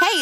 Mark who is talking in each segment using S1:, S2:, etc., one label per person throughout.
S1: Hey,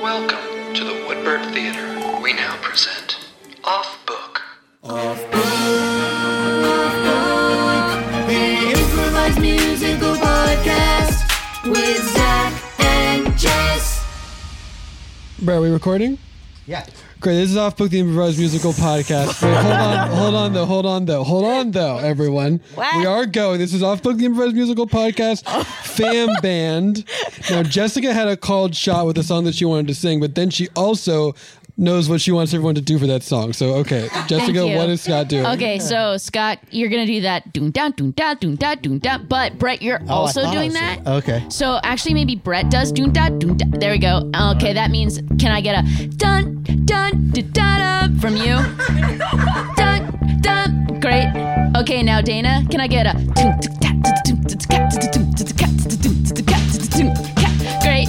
S2: Welcome to the Woodbird Theater. We now present Off Book.
S3: The improvised musical podcast with Zach and Jess.
S4: Bro, are we recording?
S5: Yeah.
S4: Great. This is Off Book the Improvised Musical Podcast. Wait, hold on, hold on though, hold on though, hold on though, everyone. We are going. This is Off Book the Improvised Musical Podcast
S6: Oh.
S4: fam band. Now Jessica had a called shot with a song that she wanted to sing, but then she also knows what she wants everyone to do for that song. So okay, Jessica,
S6: you.
S4: what is Scott doing?
S6: Okay, so Scott, you're gonna do that doom da doom da doom da doom da. But Brett, you're
S5: Oh, I
S6: also
S5: thought I
S6: doing
S5: was
S6: that.
S5: Okay.
S6: So actually, maybe Brett does doom da doom da. There we go. Okay, that means can I get a dun dun da da da from you? dun dun. Great. Okay, now Dana, can I get a doom da da da doom da da da doom da da da doom da da da doom da da. Great.
S4: Great.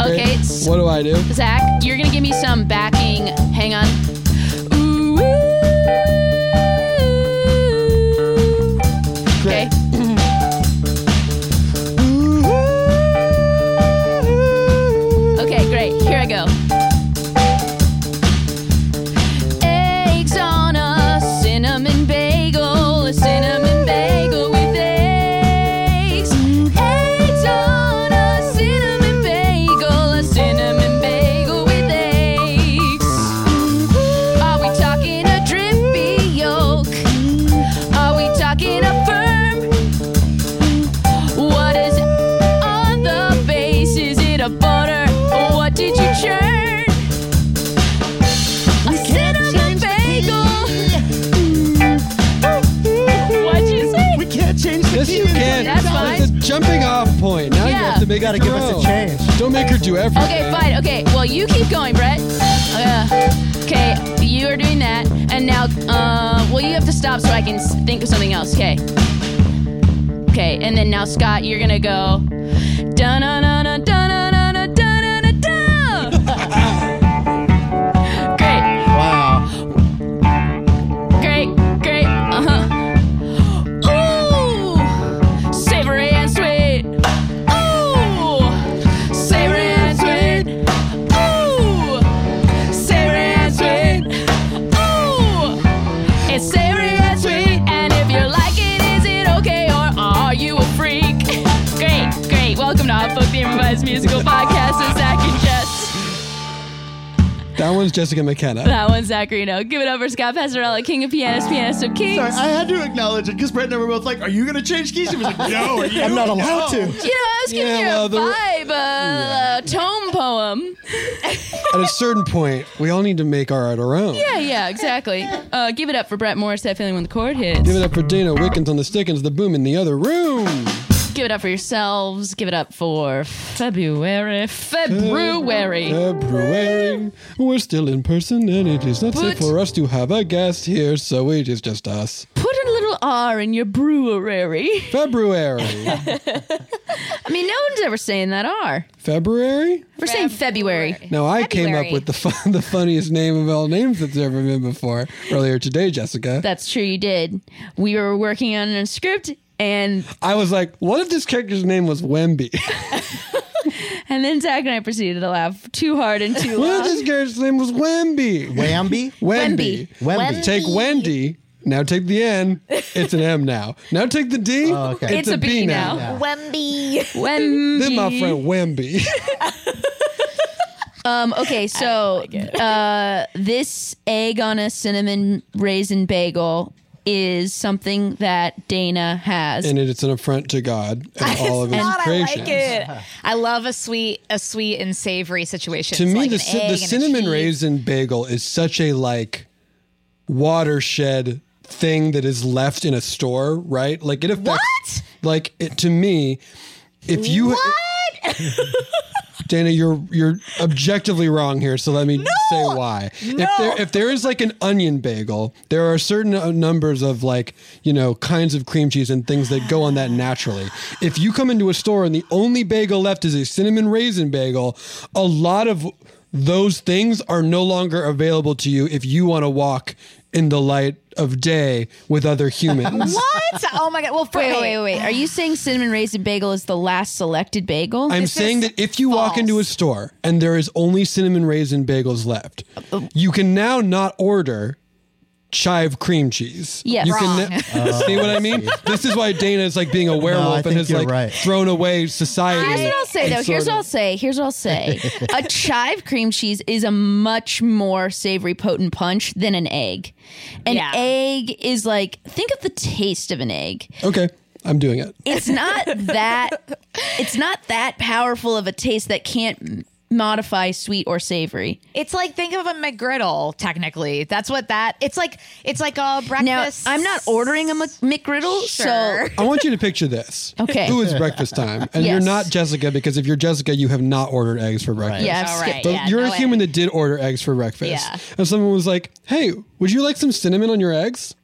S6: Okay. s-
S4: What do I do?
S6: Zach, you're gonna give me some backing. Hang on. Ooh. Okay. Okay, great. Here I go. Eggs on a cinnamon bagel, a cinnamon bagel with eggs. Eggs on a cinnamon bagel, a cinnamon bagel with eggs. Are we talking a drippy yolk? Are we talking a firm? What is on the base? Is it a butter? Or what did you churn? A cinnamon bagel. What'd you say?
S5: We can't change the
S4: Yes, you can.
S6: That's
S4: That was a jumping off point. Now you
S6: Yeah.
S4: have to make
S5: You gotta
S4: it
S5: give us
S4: grow.
S5: a change.
S4: Don't make her do everything.
S6: Okay, fine. Okay, well, you keep going, Brett. Uh, okay, you are doing that. And now, uh, well, you have to stop so I can s- think of something else. Okay. Okay, and then now, Scott, you're gonna go. Dun dun dun dun dun dun dun dun. Great.
S5: Wow.
S6: Great, great, uh huh. Ooh, savory and sweet. Ooh, savory and sweet. Ooh, savory and sweet. Ooh, it's savory and sweet. And if you're liking, is it okay or are you a freak? great, great. Welcome to Hot Book, the improvised musical podcast with Zach and Jess.
S4: That one's Jessica McKenna.
S6: That one's Zacharino. Give it up for Scott Passarella, king of pianists, pianist of kings.
S7: Sorry, I had to acknowledge it because Brett and I were both like, "Are you going to change keys?" He was like, "No, are you?"
S5: I'm not allowed to.
S6: You know, I was giving
S4: Yeah,
S6: you
S4: well,
S6: a
S4: the-
S6: vibe, a a tome poem.
S4: At a certain point, we all need to make our art our own.
S6: Yeah, yeah, exactly. Uh, give it up for Brett Morris, that feeling when the chord hits.
S4: Give it up for Dana Wickens on the Stickens, the boom in the other room.
S6: Give it up for yourselves. Give it up for February. February.
S4: February. We're still in person, and it is not safe
S6: Put-
S4: for us to have a guest here, so it is just us.
S6: Put a little R in your brewery.
S4: February.
S6: I mean, no one's ever saying that R.
S4: February?
S6: We're saying February.
S4: Now, I came up
S8: February.
S4: with the, fun, the funniest name of all names that's ever been before earlier today, Jessica.
S6: That's true, you did. We were working on a script. And
S4: I was like, what if this character's name was Wemby?
S6: and then Zach and I proceeded to laugh too hard and too
S4: what if
S6: loud.
S4: this character's name was Wemby?
S5: Wamby?
S4: Wemby.
S5: Wemby.
S4: Take Wendy. Now take the N. It's an M now. Now take the D.
S6: It's, a B now.
S9: Wemby.
S6: Wemby.
S4: Then my friend Wemby.
S6: Um, okay, so uh, this egg on a cinnamon raisin bagel is something that Dana has.
S4: and it- it's an affront to God and all of his
S9: not, I
S4: creations.
S9: like it. I love a sweet, a sweet and savory situation.
S4: To
S9: It's
S4: me,
S9: like
S4: the,
S9: an
S4: cin-
S9: egg
S4: the
S9: and a
S4: cinnamon
S9: cheese.
S4: raisin bagel is such a like watershed thing that is left in a store, right? Like it affects.
S9: What?
S4: Like it, to me, if you Dana, you're you're objectively wrong here, so let me say why. If there if there is like an onion bagel, there are certain uh, numbers of like, you know, kinds of cream cheese and things that go on that naturally. If you come into a store and the only bagel left is a cinnamon raisin bagel, a lot of those things are no longer available to you if you want to walk in the light of day with other humans.
S9: What? Oh my god. Well, for,
S6: wait,
S9: hey,
S6: wait, wait, wait. Are you saying cinnamon raisin bagel is the last selected bagel?
S4: I'm saying that if you walk into a store and there is only cinnamon raisin bagels left, you can now not order chive cream cheese.
S6: Yes.
S4: you can na- see what I mean. This is why Dana is like being a werewolf and
S5: think
S4: has
S5: you're
S4: like
S5: right.
S4: thrown away society.
S6: Here's what I'll say
S4: and
S6: though. Here's
S4: sort
S6: what I'll
S4: of-
S6: say. Here's what I'll say. a chive cream cheese is a much more savory, potent punch than an egg. An
S9: Yeah.
S6: egg is like think of the taste of an egg.
S4: Okay, I'm doing it.
S6: It's not that. It's not that powerful of a taste that can't m- modify sweet or savory.
S9: it's like think of a McGriddle. Technically, that's what that. It's like it's like a breakfast.
S6: Now I'm not ordering a Mc- McGriddle,
S9: Sure.
S4: I want you to picture this.
S6: Okay.
S4: Who is breakfast time? And you're
S6: Yes.
S4: not Jessica because if you're Jessica, you have not ordered eggs for breakfast.
S6: so yeah, I've
S9: All
S6: skipped
S9: right,
S6: it.
S4: But
S9: yeah,
S4: you're
S9: no
S4: a human
S9: way.
S4: that did order eggs for breakfast.
S9: Yeah.
S4: And someone was like, hey, would you like some cinnamon on your eggs?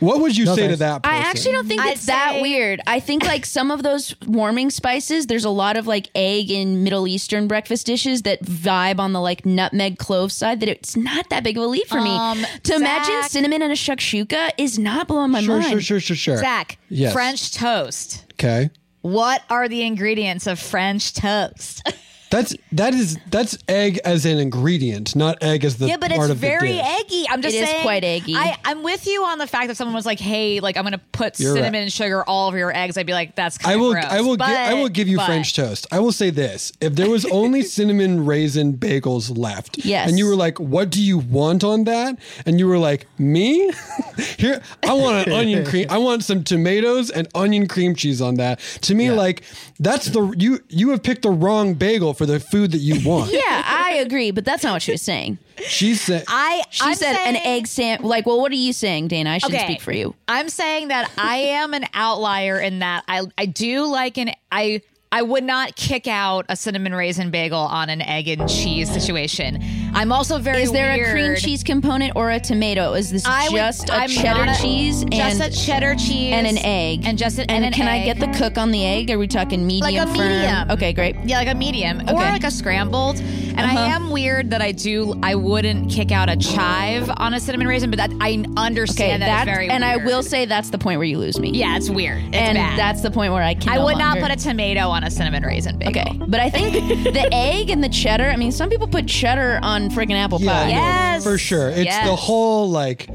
S4: What would you say to
S5: thanks.
S4: that person?
S6: I actually don't think
S9: I'd
S6: it's that
S9: say-
S6: weird. I think like some of those warming spices, there's a lot of like egg and Middle Eastern breakfast dishes that vibe on the like nutmeg clove side that it's not that big of a leap for
S9: Um,
S6: me. To imagine
S9: Zach-
S6: cinnamon and a shakshuka is not blowing my
S4: Sure,
S6: mind.
S4: sure, sure, sure, sure.
S9: Zach.
S4: Yes.
S9: French toast.
S4: Okay.
S9: What are the ingredients of French toast?
S4: That's that is that's egg as an ingredient, not egg as the
S9: Yeah, but
S4: part
S9: it's
S4: of the
S9: very
S4: dish.
S9: eggy. I'm just
S6: It is
S9: saying,
S6: quite eggy.
S9: I, I'm with you on the fact that someone was like, "Hey, like I'm gonna put
S4: You're
S9: cinnamon
S4: right.
S9: and sugar all over your eggs." I'd be like, "That's
S4: I
S9: kind
S4: will.
S9: Gross.
S4: I will. gi- I
S9: But-
S4: will give you
S9: but-
S4: French toast. I will say this: if there was only cinnamon raisin bagels left,
S6: Yes.
S4: and you were like, "What do you want on that?" and you were like, "Me, here, I want an onion cream. I want some tomatoes and onion cream cheese on that." To me, like that's the you you have picked the wrong bagel for the food that you want.
S6: Yeah, I agree, but that's not what she was saying.
S4: She said,
S9: I
S6: She
S9: I'm
S6: said
S9: saying,
S6: an egg sand. Like, well, what are you saying, Dana? I shouldn't
S9: Okay.
S6: speak for you.
S9: I'm saying that I am an outlier in that I I do like an I I would not kick out a cinnamon raisin bagel on an egg and cheese situation. I'm also very
S6: Is there a cream
S9: weird.
S6: cheese component or a tomato? Is this
S9: I would-
S6: just a
S9: I'm
S6: cheddar
S9: not a-
S6: cheese and
S9: Just a cheddar cheese
S6: and an egg
S9: and just an,
S6: and,
S9: an
S6: can I
S9: egg.
S6: get the cook on the egg? Are we talking medium?
S9: like a
S6: firm?
S9: medium.
S6: Okay, great.
S9: Yeah, like a medium or
S6: Okay.
S9: like a scrambled. And
S6: Uh-huh.
S9: I am weird that I do. I wouldn't kick out a chive on a cinnamon raisin, but that I
S6: Okay,
S9: understand that,
S6: that
S9: it's very
S6: and I
S9: weird.
S6: will say that's the point where you lose me.
S9: Yeah, it's weird. It's
S6: and
S9: bad.
S6: that's the point where I can.
S9: I
S6: no
S9: would not
S6: longer-
S9: put a tomato on a cinnamon raisin bagel.
S6: Okay, but I think the egg and the cheddar. I mean, some people put cheddar on freaking apple
S4: Yeah,
S6: pie.
S4: no,
S9: Yes.
S4: for sure. It's the
S9: Yes.
S4: whole like,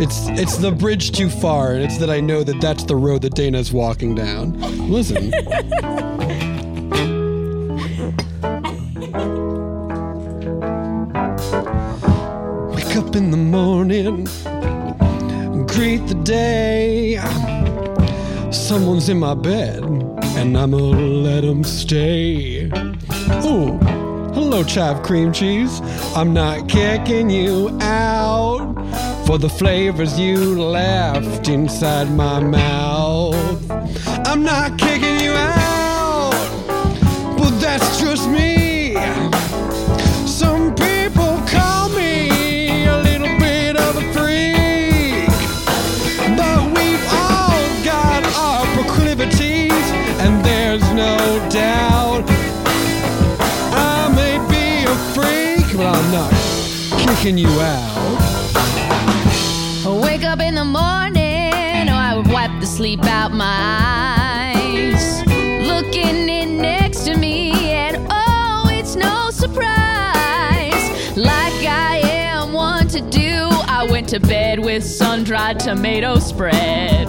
S4: it's it's the bridge too far, and it's that I know that that's the road that Dana's walking down. Listen, wake up in the morning, greet the day. Someone's in my bed, and I'ma let 'em stay. Ooh, hello, chive cream cheese. I'm not kicking you out for the flavors you left inside my mouth. I'm not kicking you out, but that's just me. Some people call me a little bit of a freak, but we've all got our proclivities, and there's no doubt. I may be a freak, but I'm not kicking you out.
S6: Wake up in the morning, or I would wipe the sleep out my eyes. Looking in next to me, and oh, it's no surprise. Like I am one to do, I went to to bed with sun dried tomato spread.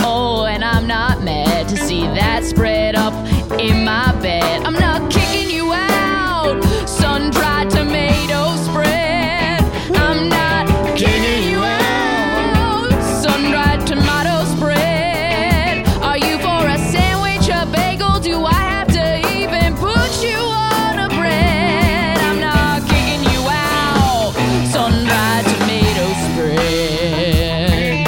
S6: Oh, and I'm not mad to see that spread up in my bed. I'm not kicking you out, sun dried tomato spread. I'm not kicking you out, sun dried tomato spread. Are you for a sandwich, a bagel? Do I have to even put you on a bread? I'm not kicking you out, sun dried tomato spread.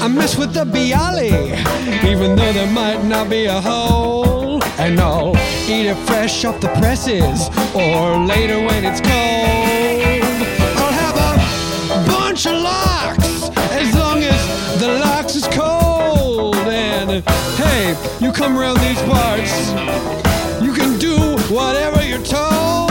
S4: I mess with the bialy, even though there might not be a hole. And I'll eat it fresh off the presses, or later when it's cold. I'll have a bunch of locks, as long as the locks is cold. And hey, you come around these parts, you can do whatever you're told.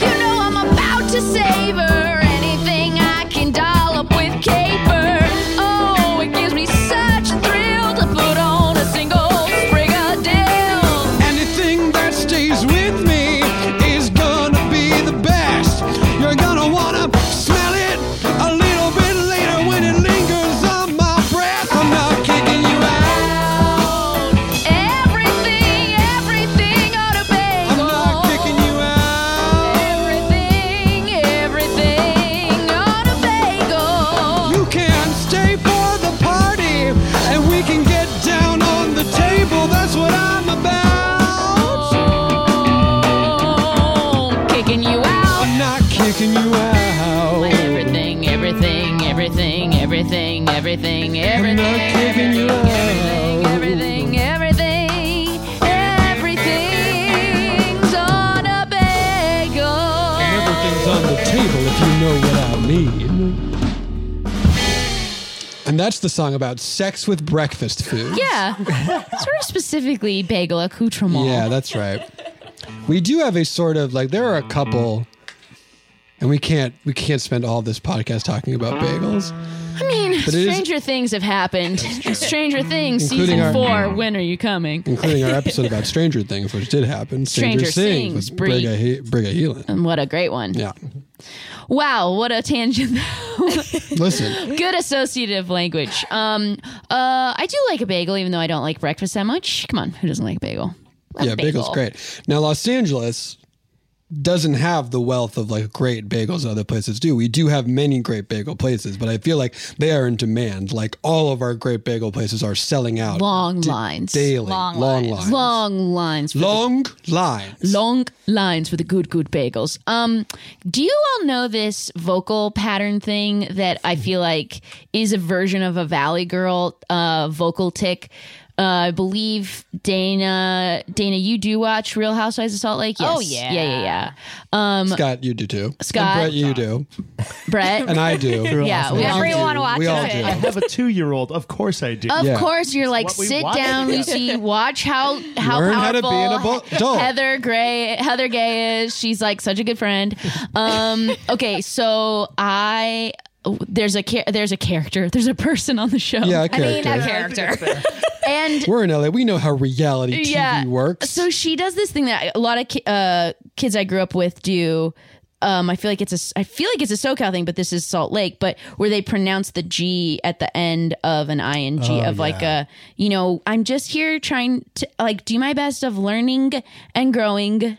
S6: You know I'm about to savor anything I can doll up with caper. Oh, it gives me such a thrill to put on a single sprig of dill.
S4: Anything that stays with me is gonna be the best. You're gonna wanna smell it a little bit later when it lingers on my breath. I'm not kicking you out.
S6: Everything, everything on a bagel. I'm not kicking you
S4: out.
S6: Everything, everything on a bagel.
S4: You can stay for the party and we can get down on the table. That's what I'm about.
S6: Kicking you out.
S4: I'm not kicking you out.
S6: Everything, everything, everything, everything, everything,
S4: I'm
S6: everything.
S4: not kicking you out.
S6: Everything, everything, everything's on a bagel.
S4: Everything's on the table if you know what I mean. And that's the song about sex with breakfast food.
S6: Yeah, sort of specifically bagel accoutrement.
S4: Yeah, that's right. We do have a sort of like there are a couple and we can't we can't spend all this podcast talking about bagels.
S6: I mean,
S4: But it is-
S6: stranger things have happened. Stranger Things,
S4: Including
S6: season
S4: our-
S6: four. When are you coming?
S4: Including our episode about Stranger Things, which did happen.
S6: Stranger Things,
S4: was
S6: Brie.
S4: Briga, he- Briga Heelan.
S6: And Mm, what a great one.
S4: Yeah.
S6: Wow, what a tangent.
S4: Listen,
S6: Good associative language. Um, uh, I do like a bagel, even though I don't like breakfast that much. Come on, who doesn't like a bagel? Love
S4: yeah,
S6: a bagel.
S4: bagels great. Now Los Angeles doesn't have the wealth of like great bagels other places do. We do have many great bagel places, but I feel like they are in demand. Like all of our great bagel places are selling out
S6: Long lines.
S4: daily. Long, lines.
S6: Long lines. for the-
S4: Long lines.
S6: long lines for the good, good bagels. Um, do you all know this vocal pattern thing that I feel like is a version of a Valley Girl uh, vocal tick? Uh, I believe Dana, Dana, you do watch Real Housewives of Salt Lake. Yes.
S8: Oh, yeah.
S6: yeah, yeah, yeah. Um,
S4: Scott, you do too.
S6: Scott.
S4: and Brett, you do,
S6: Brett,
S4: and I do.
S6: Yeah, we all
S8: Everyone
S4: do.
S8: watches
S4: we all
S8: it.
S7: I
S4: Do.
S7: have a two-year-old. Of course I do.
S6: Of
S4: Yeah.
S6: course, you're like
S7: what we
S6: sit
S7: watch
S6: down,
S7: together.
S6: Lucy. Watch how how
S4: Learn how to be
S6: powerful
S4: an adult.
S6: Heather Gray, Heather Gay is. She's like such a good friend. Um, okay, so I there's a cha- there's a character, there's a person on the show,
S4: Yeah, a
S8: I mean,
S4: character.
S8: a character.
S6: and
S4: We're in LA. We know how reality TV
S6: Yeah.
S4: works.
S6: so she does this thing that a lot of ki- uh, kids I grew up with do. Um, I feel like it's a I feel like it's a SoCal thing, but this is Salt Lake. But where they pronounce the G at the end of an ing of like a you know I'm just here trying to like do my best of learning and growing.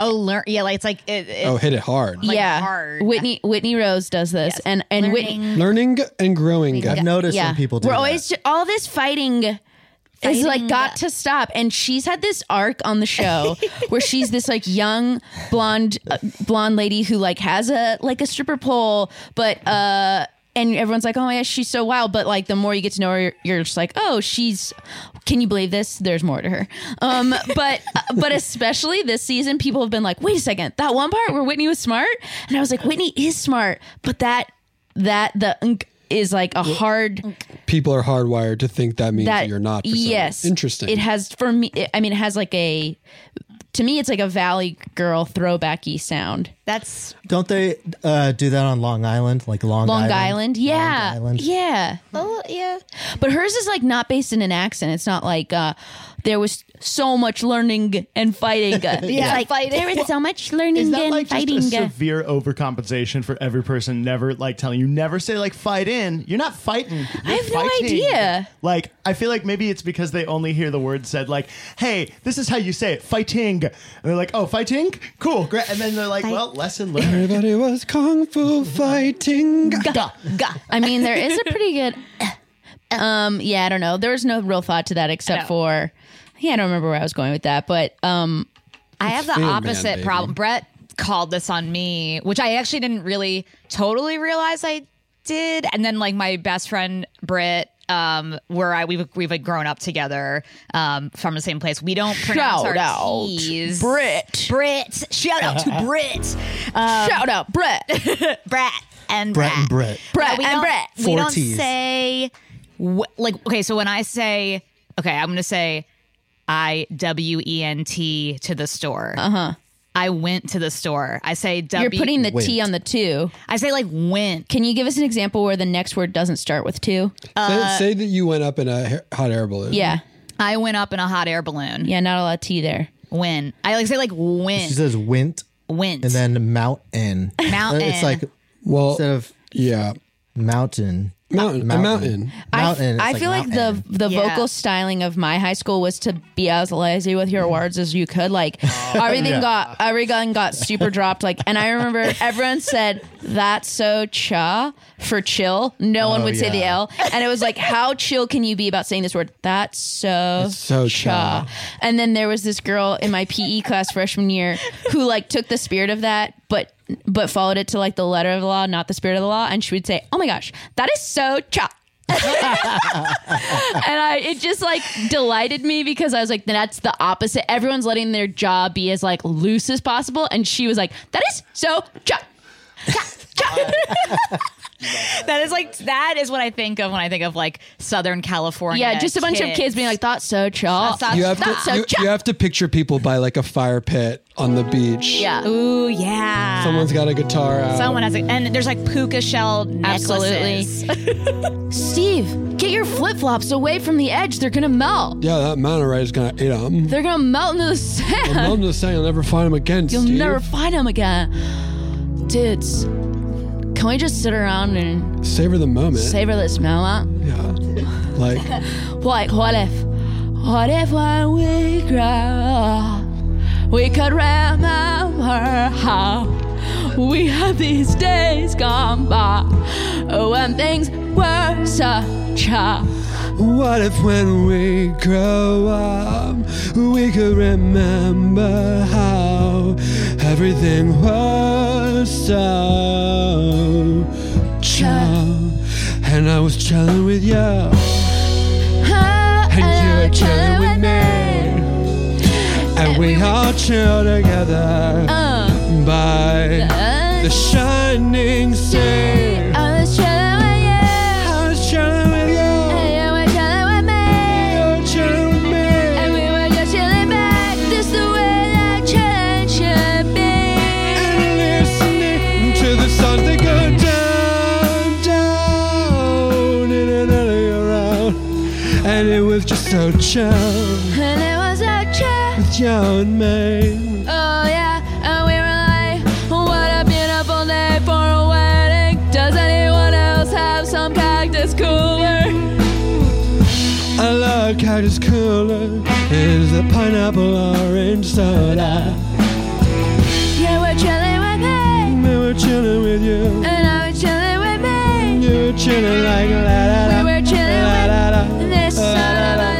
S8: oh, learn. Yeah, like it's like it, it,
S4: oh, hit it hard.
S6: yeah,
S8: hard.
S6: Whitney Whitney Rose does this, and and Whitney
S4: Learning and growing.
S5: I've noticed
S6: yeah.
S5: when people do
S6: We're
S5: that.
S6: always ju- all this fighting. Is like got to stop, and she's had this arc on the show where she's this like young blonde uh, blonde lady who like has a like a stripper pole, but uh, and everyone's like, oh my gosh, she's so wild. But like the more you get to know her, you're, you're just like, oh, she's. Can you believe this? There's more to her. Um, but but especially this season, people have been like, wait a second, that one part where Whitney was smart, and I was like, Whitney is smart, but that that the unk is like a hard
S4: People are hardwired to think that means
S6: that
S4: you're not. For some-
S6: yes
S4: Interesting.
S6: it has for me i mean it has like a to me it's like a valley girl throwbacky sound
S8: That's
S5: Don't they uh, do that on Long Island? Like Long,
S6: long island,
S5: Island.
S6: yeah
S5: Island.
S6: yeah
S8: oh yeah.
S6: but hers is like not based in an accent it's not like uh there was so much learning and fighting. yeah,
S5: Yeah.
S6: like,
S5: Fighting.
S6: There was so much
S5: Is
S6: learning
S5: that
S6: and
S5: like just
S6: fighting. uh,
S5: a severe overcompensation for every person never like telling you never say like fight in? You're not fighting. I
S6: have no idea.
S5: Like I feel like maybe it's because they only hear the word said like, "Hey, this is how you say it, fighting," and they're like, "Oh, fighting, cool, great," and then they're like, "Well, lesson learned."
S4: Everybody was kung fu fighting.
S6: I mean, there is a pretty good.
S5: Uh.
S6: Um, yeah, I don't know. There was no real thought to that
S9: No.
S6: except for, yeah, I don't remember where I was going with that, but um,
S9: I have the opposite problem. Brett called this on me, which I actually didn't really totally realize I did. And then like my best friend Britt, um, where I we've we've like grown up together, um, from the same place. We don't pronounce
S6: Shout
S9: our
S6: out
S9: T's.
S6: Britt.
S9: Britt. Shout out to Britt.
S6: Shout out Brett.
S9: Brett and
S10: Brett and Brett.
S6: Brett
S9: we
S6: and
S9: don't,
S6: Brett.
S9: We
S10: Four
S9: don't
S10: Ts.
S9: say wh- like okay. So when I say okay, I'm gonna say I W E N T to the store. Uh huh. I went to the store. I say W.
S6: Uh-huh. you're putting the T on the two.
S9: I say like went.
S6: Can you give us an example where the next word doesn't start with two?
S4: say, say that you went up in a ha- hot air balloon.
S6: Uh, yeah,
S9: I went up in a hot air balloon.
S6: yeah, not a lot of T there.
S9: When I like say like
S10: She
S9: went
S10: says wint
S9: went
S10: and then mountain.
S9: Mountain.
S10: It's like
S4: Well,
S10: instead of
S4: yeah.
S10: mountain.
S4: Mountain. A mountain.
S10: Mountain.
S6: I
S10: it's
S6: feel like the
S10: mountain.
S6: the
S9: Yeah.
S6: vocal styling of my high school was to be as lazy with your words as you could. Like
S10: Oh,
S6: everything got everything got super dropped. Like, and I remember everyone said that's so cha for chill. No one
S10: Oh,
S6: would say the
S10: yeah.
S6: L, and it was like, how chill can you be about saying this word? That's so
S4: That's so
S6: cha. And then there was this girl in my PE class freshman year who like took the spirit of that, but but followed it to like the letter of the law, not the spirit of the law. And she would say, "Oh my gosh, that is so cha." and I it just like delighted me because I was like, that's the opposite. Everyone's letting their jaw be as like loose as possible, and she was like, that is so jaw.
S9: that is like that is what I think of when I think of like Southern California.
S6: Yeah, just a bunch of kids being like, "That's so chaw.
S9: That's
S4: You have,
S6: That's
S4: to,
S6: so
S4: you,
S6: cha."
S4: you have to picture people by like a fire pit on the beach.
S6: Yeah,
S9: "Ooh, yeah."
S4: Someone's got a guitar out.
S9: Someone has, a, and there's like puka shell
S6: Absolutely.
S9: necklaces.
S6: Steve, get your flip flops away from the edge. They're gonna melt.
S4: Yeah, that mountain ride is gonna eat them.
S6: They're gonna melt into the sand.
S4: Mom am just saying, you'll never find him again.
S6: You'll
S4: Steve.
S6: never find them again, dudes. Can we just sit around and
S4: savor the moment.
S6: savor this moment?
S4: yeah, like
S6: Like, what if? What if when we grow up, we could remember how we have these days gone by when things were such a.
S4: what if when we grow up, we could remember how everything was so chill, and I was chilling with you, and you were chilling with me, and we Uh. all chill together by the shining sea.
S6: I was chilling with you.
S4: I was chilling with you.
S6: And you were chilling with me.
S4: You were chilling with me.
S6: And we were just chilling back. This the way that chilling should be.
S4: And listening to the songs that go down, down, in and out of your own. And it was just so chill
S6: And it was a chill.
S4: with you and me.
S6: Oh yeah, and we were like, what a beautiful day for a wedding. Does anyone else have some cactus cooler?
S4: I love cactus cooler. Is a pineapple orange soda.
S6: Yeah, we're chilling with me,
S4: We were chilling with you.
S6: and I was chilling with me.
S4: You were chilling like la da da.
S6: We were chilling
S4: la da da.
S6: with this
S4: la da
S6: summer.
S4: da.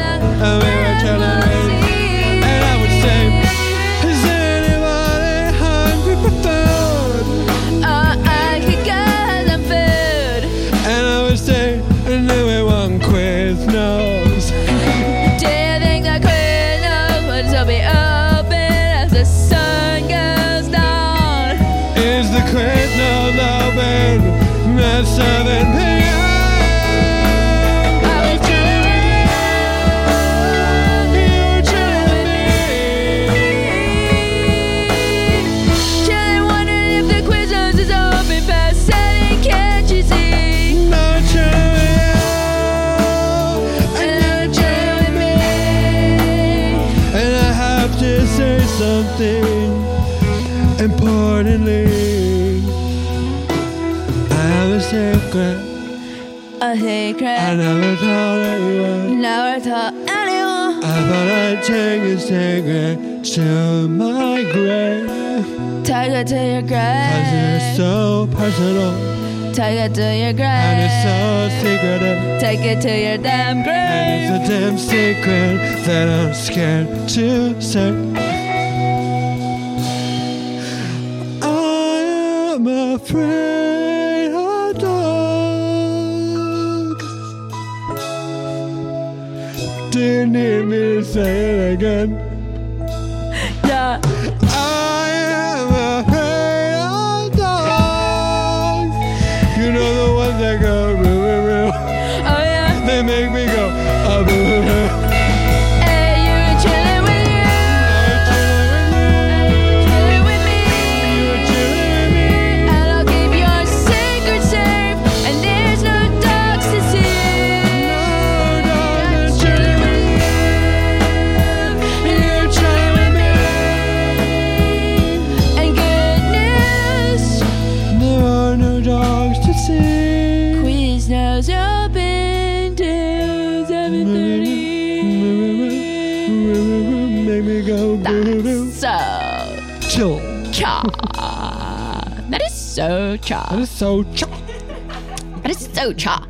S4: We were chilling with you. And I would say, is anybody hungry for food?
S6: Oh, I could get some food.
S4: And I would say, no, we want Quiznos.
S6: Do you think the Quiznos would still be open as the sun goes down?
S4: Is the Quiznos open at 7 p.m.? something importantly. I have a secret
S6: A secret
S4: I never told anyone.
S6: never told anyone.
S4: I thought I'd take a secret to my grave.
S6: Take it to your
S4: Cause it's
S6: grave.
S4: so personal
S6: Take it to your
S4: and it's
S6: grave.
S4: so secretive.
S6: Take it to your damn grave.
S4: It's a damn secret that I'm scared to say. I am afraid of dogs. Do you need me to say it again?
S6: Yeah.
S4: I am afraid of dogs. You know the ones that go real, real,
S6: Oh
S4: real.
S6: yeah.
S4: They make me go. Uh, boo, boo, boo.
S6: Hey, you chilling with you. Chilling with me. And I'll keep your secret safe. And there's no dogs to see. I'm chilling with you. You're chilling with me. And good news.
S4: There are no dogs to see.
S6: Quiznos open till 7.30.
S4: Make me go boo boo.
S6: So,
S4: Chill.
S6: cha. That is so cha.
S4: That is so cha.
S6: That is so cha.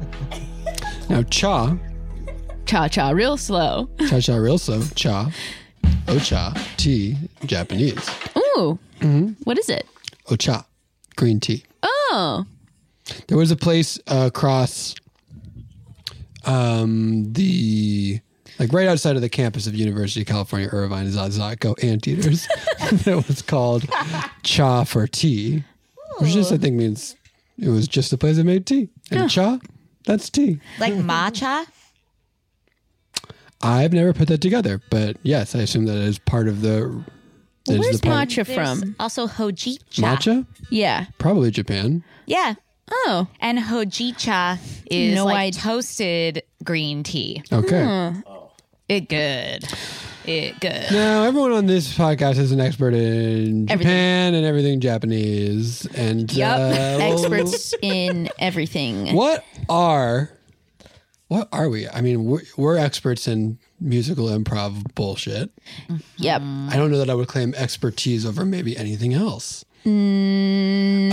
S4: Now cha,
S6: Cha cha, real slow.
S4: cha cha real slow. Cha, ocha, tea, Japanese.
S6: Ooh.
S4: Mm-hmm.
S6: What is it?
S4: Ocha, green tea.
S6: Oh.
S4: There was a place uh, across um, the, like right outside of the campus of University of California, Irvine, is Zaco Anteaters. that was called Cha for Tea, which just I think means it was just a place that made tea. And Cha, that's tea.
S9: Like matcha?
S4: I've never put that together, but yes, I assume that is part of the. that is
S6: Where's
S4: the part-
S6: matcha from?
S9: Also hojicha.
S4: Matcha?
S6: Yeah.
S4: Probably Japan.
S9: Yeah.
S6: Oh.
S9: And hojicha is
S6: No
S9: like
S6: idea.
S9: toasted green tea.
S4: Okay.
S6: Hmm.
S9: It good. It good.
S4: Now, everyone on this podcast is an expert in Japan and everything Japanese. And uh, well,
S6: Experts in everything.
S4: What are what are we? I mean, we're, we're experts in musical improv bullshit.
S6: Yep.
S4: I don't know that I would claim expertise over maybe anything else. um,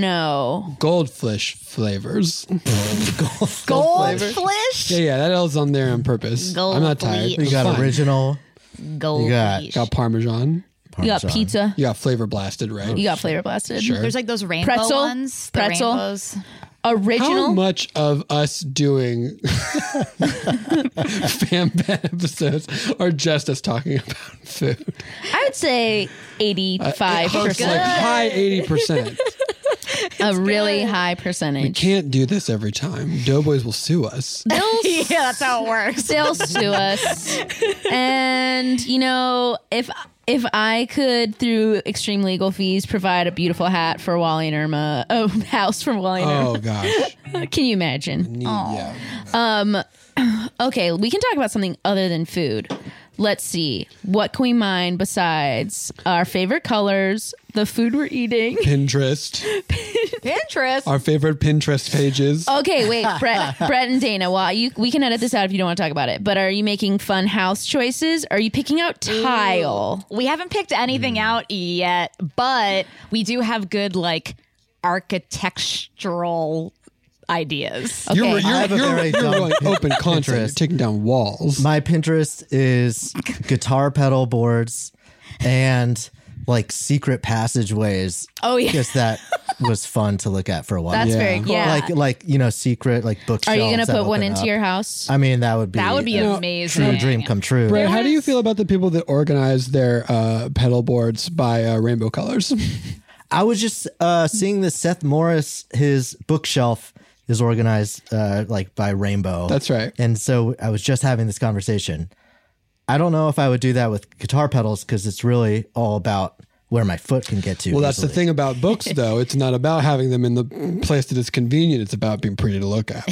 S6: No.
S4: goldfish flavors. Gold-
S9: Goldfish?
S4: Yeah, yeah, that L's on there on purpose. I'm not tired.
S9: Goldfish.
S5: You got
S4: Fine.
S5: original. You got-
S9: Goldfish.
S4: Got Parmesan.
S6: You got
S5: Parmesan.
S6: pizza.
S4: You got flavor blasted, right?
S6: You got flavor blasted.
S4: Sure.
S9: There's like those rainbow
S6: Pretzel?
S9: ones. The
S6: Pretzel?
S9: rainbows.
S6: Original.
S4: How much of us doing fan band episodes are just us talking about food?
S6: I would say 85%.
S4: It's Uh, like high 80%.
S6: a really high
S4: we
S6: percentage.
S4: can't do this every time. Doughboys will sue us.
S6: They'll,
S9: Yeah, that's how it works.
S6: they'll sue us. And, you know, if if I could, through extreme legal fees, provide a beautiful hat for Wally and Irma, a house for Wally and
S4: Oh, gosh.
S6: Irma, can you imagine?
S4: Yeah.
S6: Okay, we can talk about something other than food. Let's see. What can we mine besides our favorite colors, the food we're eating?
S4: Pinterest.
S9: Pinterest.
S4: Our favorite Pinterest pages.
S6: Okay, wait, Brett, Brett and Dana. Well, you we can edit this out if you don't want to talk about it. But are you making fun house choices? Are you picking out tile?
S9: We haven't picked anything out yet, but we do have good like architectural ideas.
S6: Okay.
S4: You're, you're,
S5: I
S4: you're,
S5: have a
S4: you're,
S5: very dumb
S4: going
S5: Pin-
S4: open concept. You're
S5: Pinterest.
S4: taking down walls.
S5: My Pinterest is guitar pedal boards and like secret passageways.
S6: Oh, yeah.
S5: Because that was fun to look at for a while.
S6: That's
S4: Yeah.
S6: very cool. Yeah.
S5: Like like you know secret like
S6: are
S5: bookshelves.
S6: you gonna
S5: that
S6: put one
S5: open
S6: into
S5: up.
S6: your house?
S5: I mean that would be
S9: That would be
S5: a
S9: amazing.
S5: true dream come true.
S4: Brad, how do you feel about the people that organize their uh, pedal boards by uh, rainbow colors?
S5: I was just uh, seeing this Seth Morris his bookshelf is organized uh, like by rainbow.
S4: That's right.
S5: And so I was just having this conversation. I don't know if I would do that with guitar pedals because it's really all about where my foot can get to.
S4: Well, that's the
S5: easily.
S4: thing about books, though. It's not about having them in the place that is convenient. It's about being pretty to look at.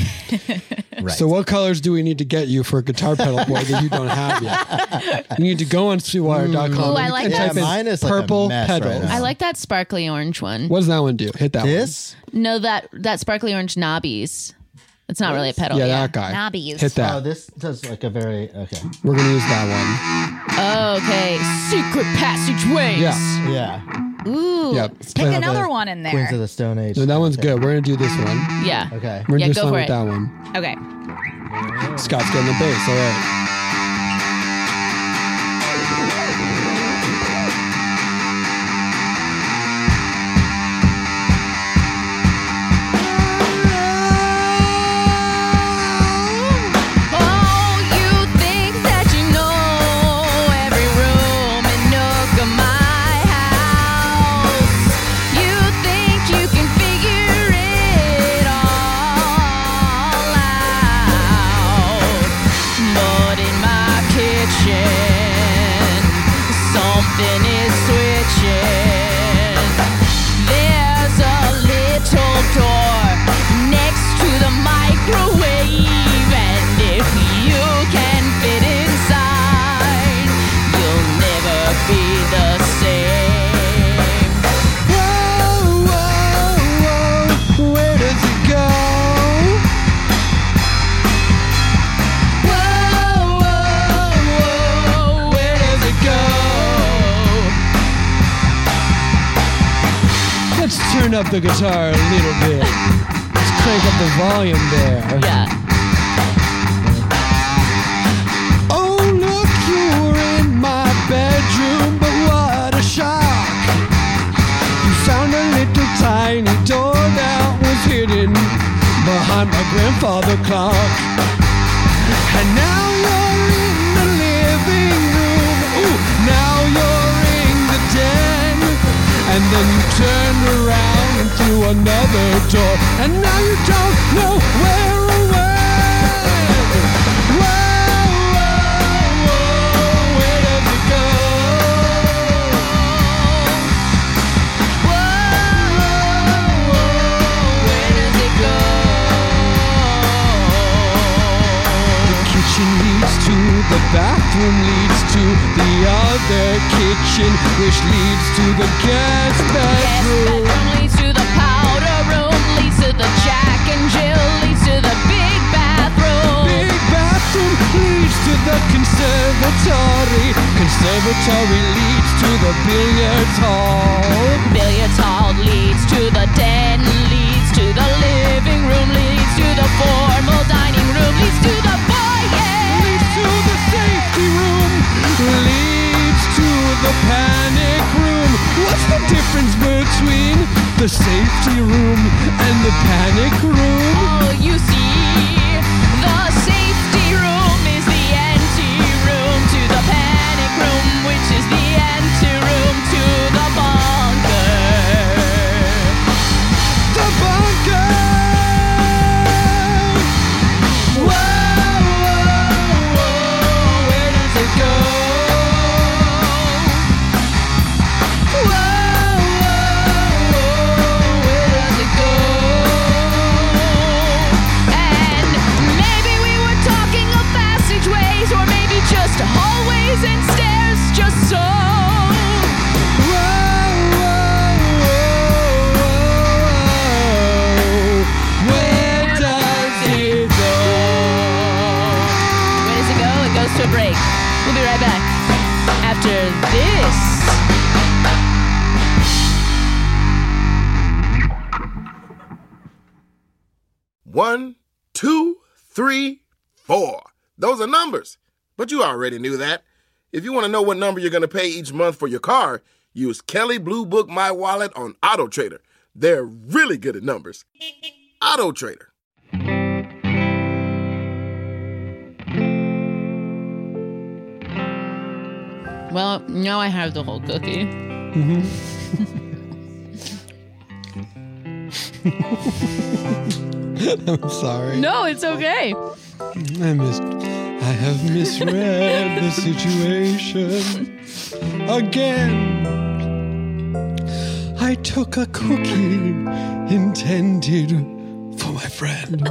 S5: Right.
S4: So what colors do we need to get you for a guitar pedal board that you don't have yet? You need to go on sweetwater.com
S11: Hmm. Ooh, I
S4: and,
S11: like
S4: and
S11: that.
S4: type in
S11: Yeah, mine
S5: is like a
S4: purple
S5: mess right
S4: pedals.
S11: I like that sparkly orange one.
S4: what does that one do? Hit that
S5: this?
S11: No, that that sparkly orange knobbies. It's not really a pedal.
S4: Yeah, that guy.
S11: Knobbies.
S4: Hit that.
S5: Oh, this does like a very okay.
S4: We're gonna use that
S11: Oh, Okay. Secret passageways.
S4: Yeah.
S5: Yeah.
S12: Ooh,
S4: Yep.
S12: pick
S5: Kind of
S12: another
S5: a
S12: one in there.
S5: Queens of the Stone Age.
S4: one. No, that one's good. We're gonna do this one.
S11: Yeah.
S5: Okay.
S4: We're
S11: Yeah,
S4: gonna do a
S11: go
S4: song
S11: for it.
S4: with that one.
S12: Okay.
S4: Scott's getting the bass. All right.
S9: Oh, you think that you know every room and nook of my house. You think you can figure it all out. But in my kitchen, something is switching. There's a little door next to the microwave, and if you can fit inside, you'll never be the same.
S4: Whoa, whoa, whoa, where does it go?
S9: Whoa, whoa, whoa, where does it go?
S4: Let's turn up the guitar a little bit. Let's crank up the volume there.
S11: Yeah.
S4: Oh, look, you're in my bedroom, but what a shock. You found a little tiny door that was hidden behind my grandfather clock. And now you're in the living room. Ooh, now you're in the den. And then you turned around and through another door. And now you don't know where or when. Whoa, whoa, whoa, where does it go?
S9: Whoa, whoa, where does it go?
S4: The kitchen leads to the bathroom, leads to the other kitchen, which leads to the guest bedroom.
S9: Bedroom leads to the powder room, leads to the Jack and Jill, leads to the big bathroom.
S4: Big bathroom leads to the conservatory. Conservatory leads to the billiards hall.
S9: Billiards hall leads to the den, leads to the living room, leads to the formal dining room, leads to the foyer.
S4: Leads to the safety room. Leads to the panic room. What's the difference between the safety room and the panic room?
S9: All you see, the safety room is the empty room to the panic room, which is the empty room to the bunker.
S4: The bunker.
S9: Whoa, whoa, whoa, where does it go? Whoa, whoa, whoa, where does it go? And maybe we were talking of passageways, or maybe just hallways and stairs, just so.
S4: Where does it go?
S9: Where does it go? It goes to a break. We'll be right back after this.
S6: One, two, three, four. Those are numbers, but you already knew that. If you want to know what number you're going to pay each month for your car, use Kelly Blue Book My Wallet on Auto Trader. They're really good at numbers. Auto Trader.
S11: Well, now I have the whole cookie.
S4: I'm sorry.
S11: No, it's okay.
S4: I missed. I have misread the situation again. I took a cookie intended for my friend.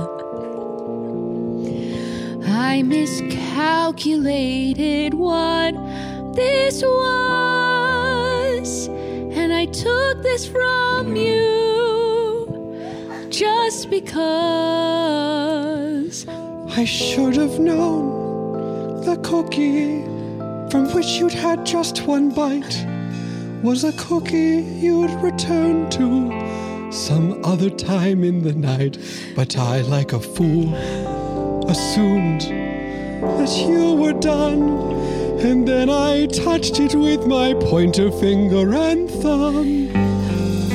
S9: I miscalculated what this was, and I took this from you just because.
S4: I should have known the cookie from which you'd had just one bite was a cookie you'd return to some other time in the night. But I, like a fool, assumed that you were done. And then I touched it with my pointer finger and thumb.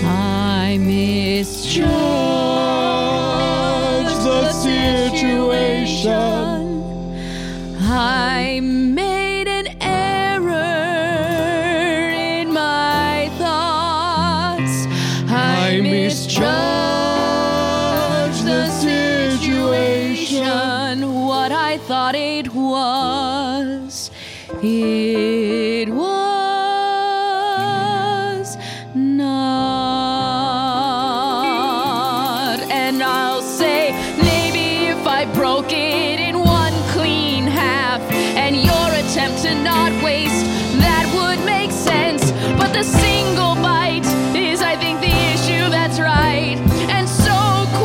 S9: I misjudged
S4: the situation.
S9: I made an error in my thoughts. I,
S4: I
S9: misjudged the
S4: situation.
S9: What I thought it was, it was not. And I'll say, maybe if I broke it in one clean half, and your attempt to not waste, that would make sense. But the single bite is, I think, the issue that's right. And so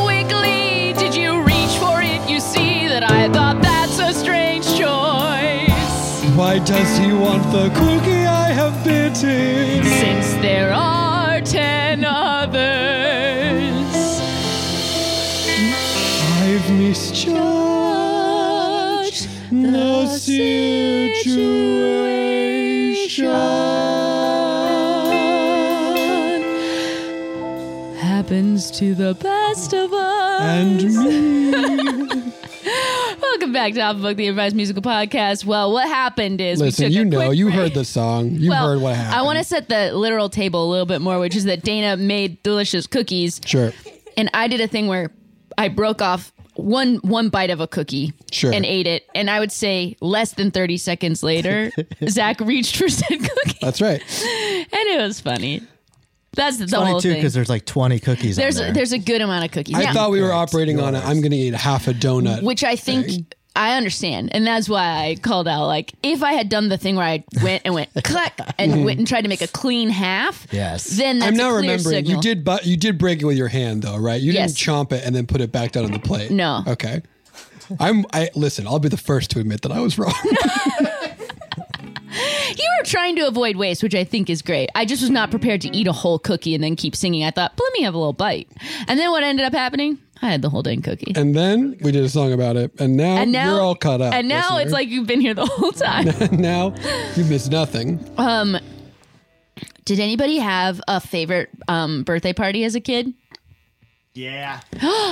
S9: quickly did you reach for it, you see that I thought that's a strange choice.
S4: Why does he want the cookie I have bitten?
S9: Since there are ten others.
S4: I've misjudged the situation.
S9: Happens to the best of us.
S4: And me.
S9: Welcome back to Alpha Book, the Advice Musical Podcast. Well, what happened is
S4: Listen,
S9: we took
S4: you
S9: a
S4: know,
S9: quick
S4: you heard the song, you
S9: well,
S4: heard what happened.
S9: I want to set the literal table a little bit more, which is that Dana made delicious cookies,
S4: Sure.
S9: and I did a thing where I broke off one one bite of a cookie
S4: Sure.
S9: and ate it. And I would say less than thirty seconds later, Zach reached for said cookie,
S4: That's right.
S9: and it was funny. That's the whole
S5: Funny too,
S9: thing.
S5: because there's like 20 cookies.
S9: There's
S5: on
S9: a,
S5: there.
S9: there's a good amount of cookies.
S4: I
S9: Yeah.
S4: thought we were operating on a I'm going to eat half a donut.
S9: which I think I understand, and that's why I called out. Like, if I had done the thing where I went and went click and went and tried to make a clean half,
S4: Yes.
S9: then that's
S4: I'm now
S9: a clear
S4: remembering
S9: signal.
S4: you did but you did break it with your hand though, right? You
S9: Yes.
S4: didn't chomp it and then put it back down on the plate.
S9: No.
S4: Okay. I'm I listen, I'll be the first to admit that I was wrong.
S9: You were trying to avoid waste, which I think is great. I just was not prepared to eat a whole cookie and then keep singing. I thought, let me have a little bite, and then what ended up happening? I had the whole dang cookie.
S4: and then we did a song about it. And now,
S9: and now
S4: you're all caught up.
S9: And now
S4: listener.
S9: it's like you've been here the whole time.
S4: now you missed nothing.
S9: um, did anybody have a favorite um, birthday party as a kid?
S7: Yeah.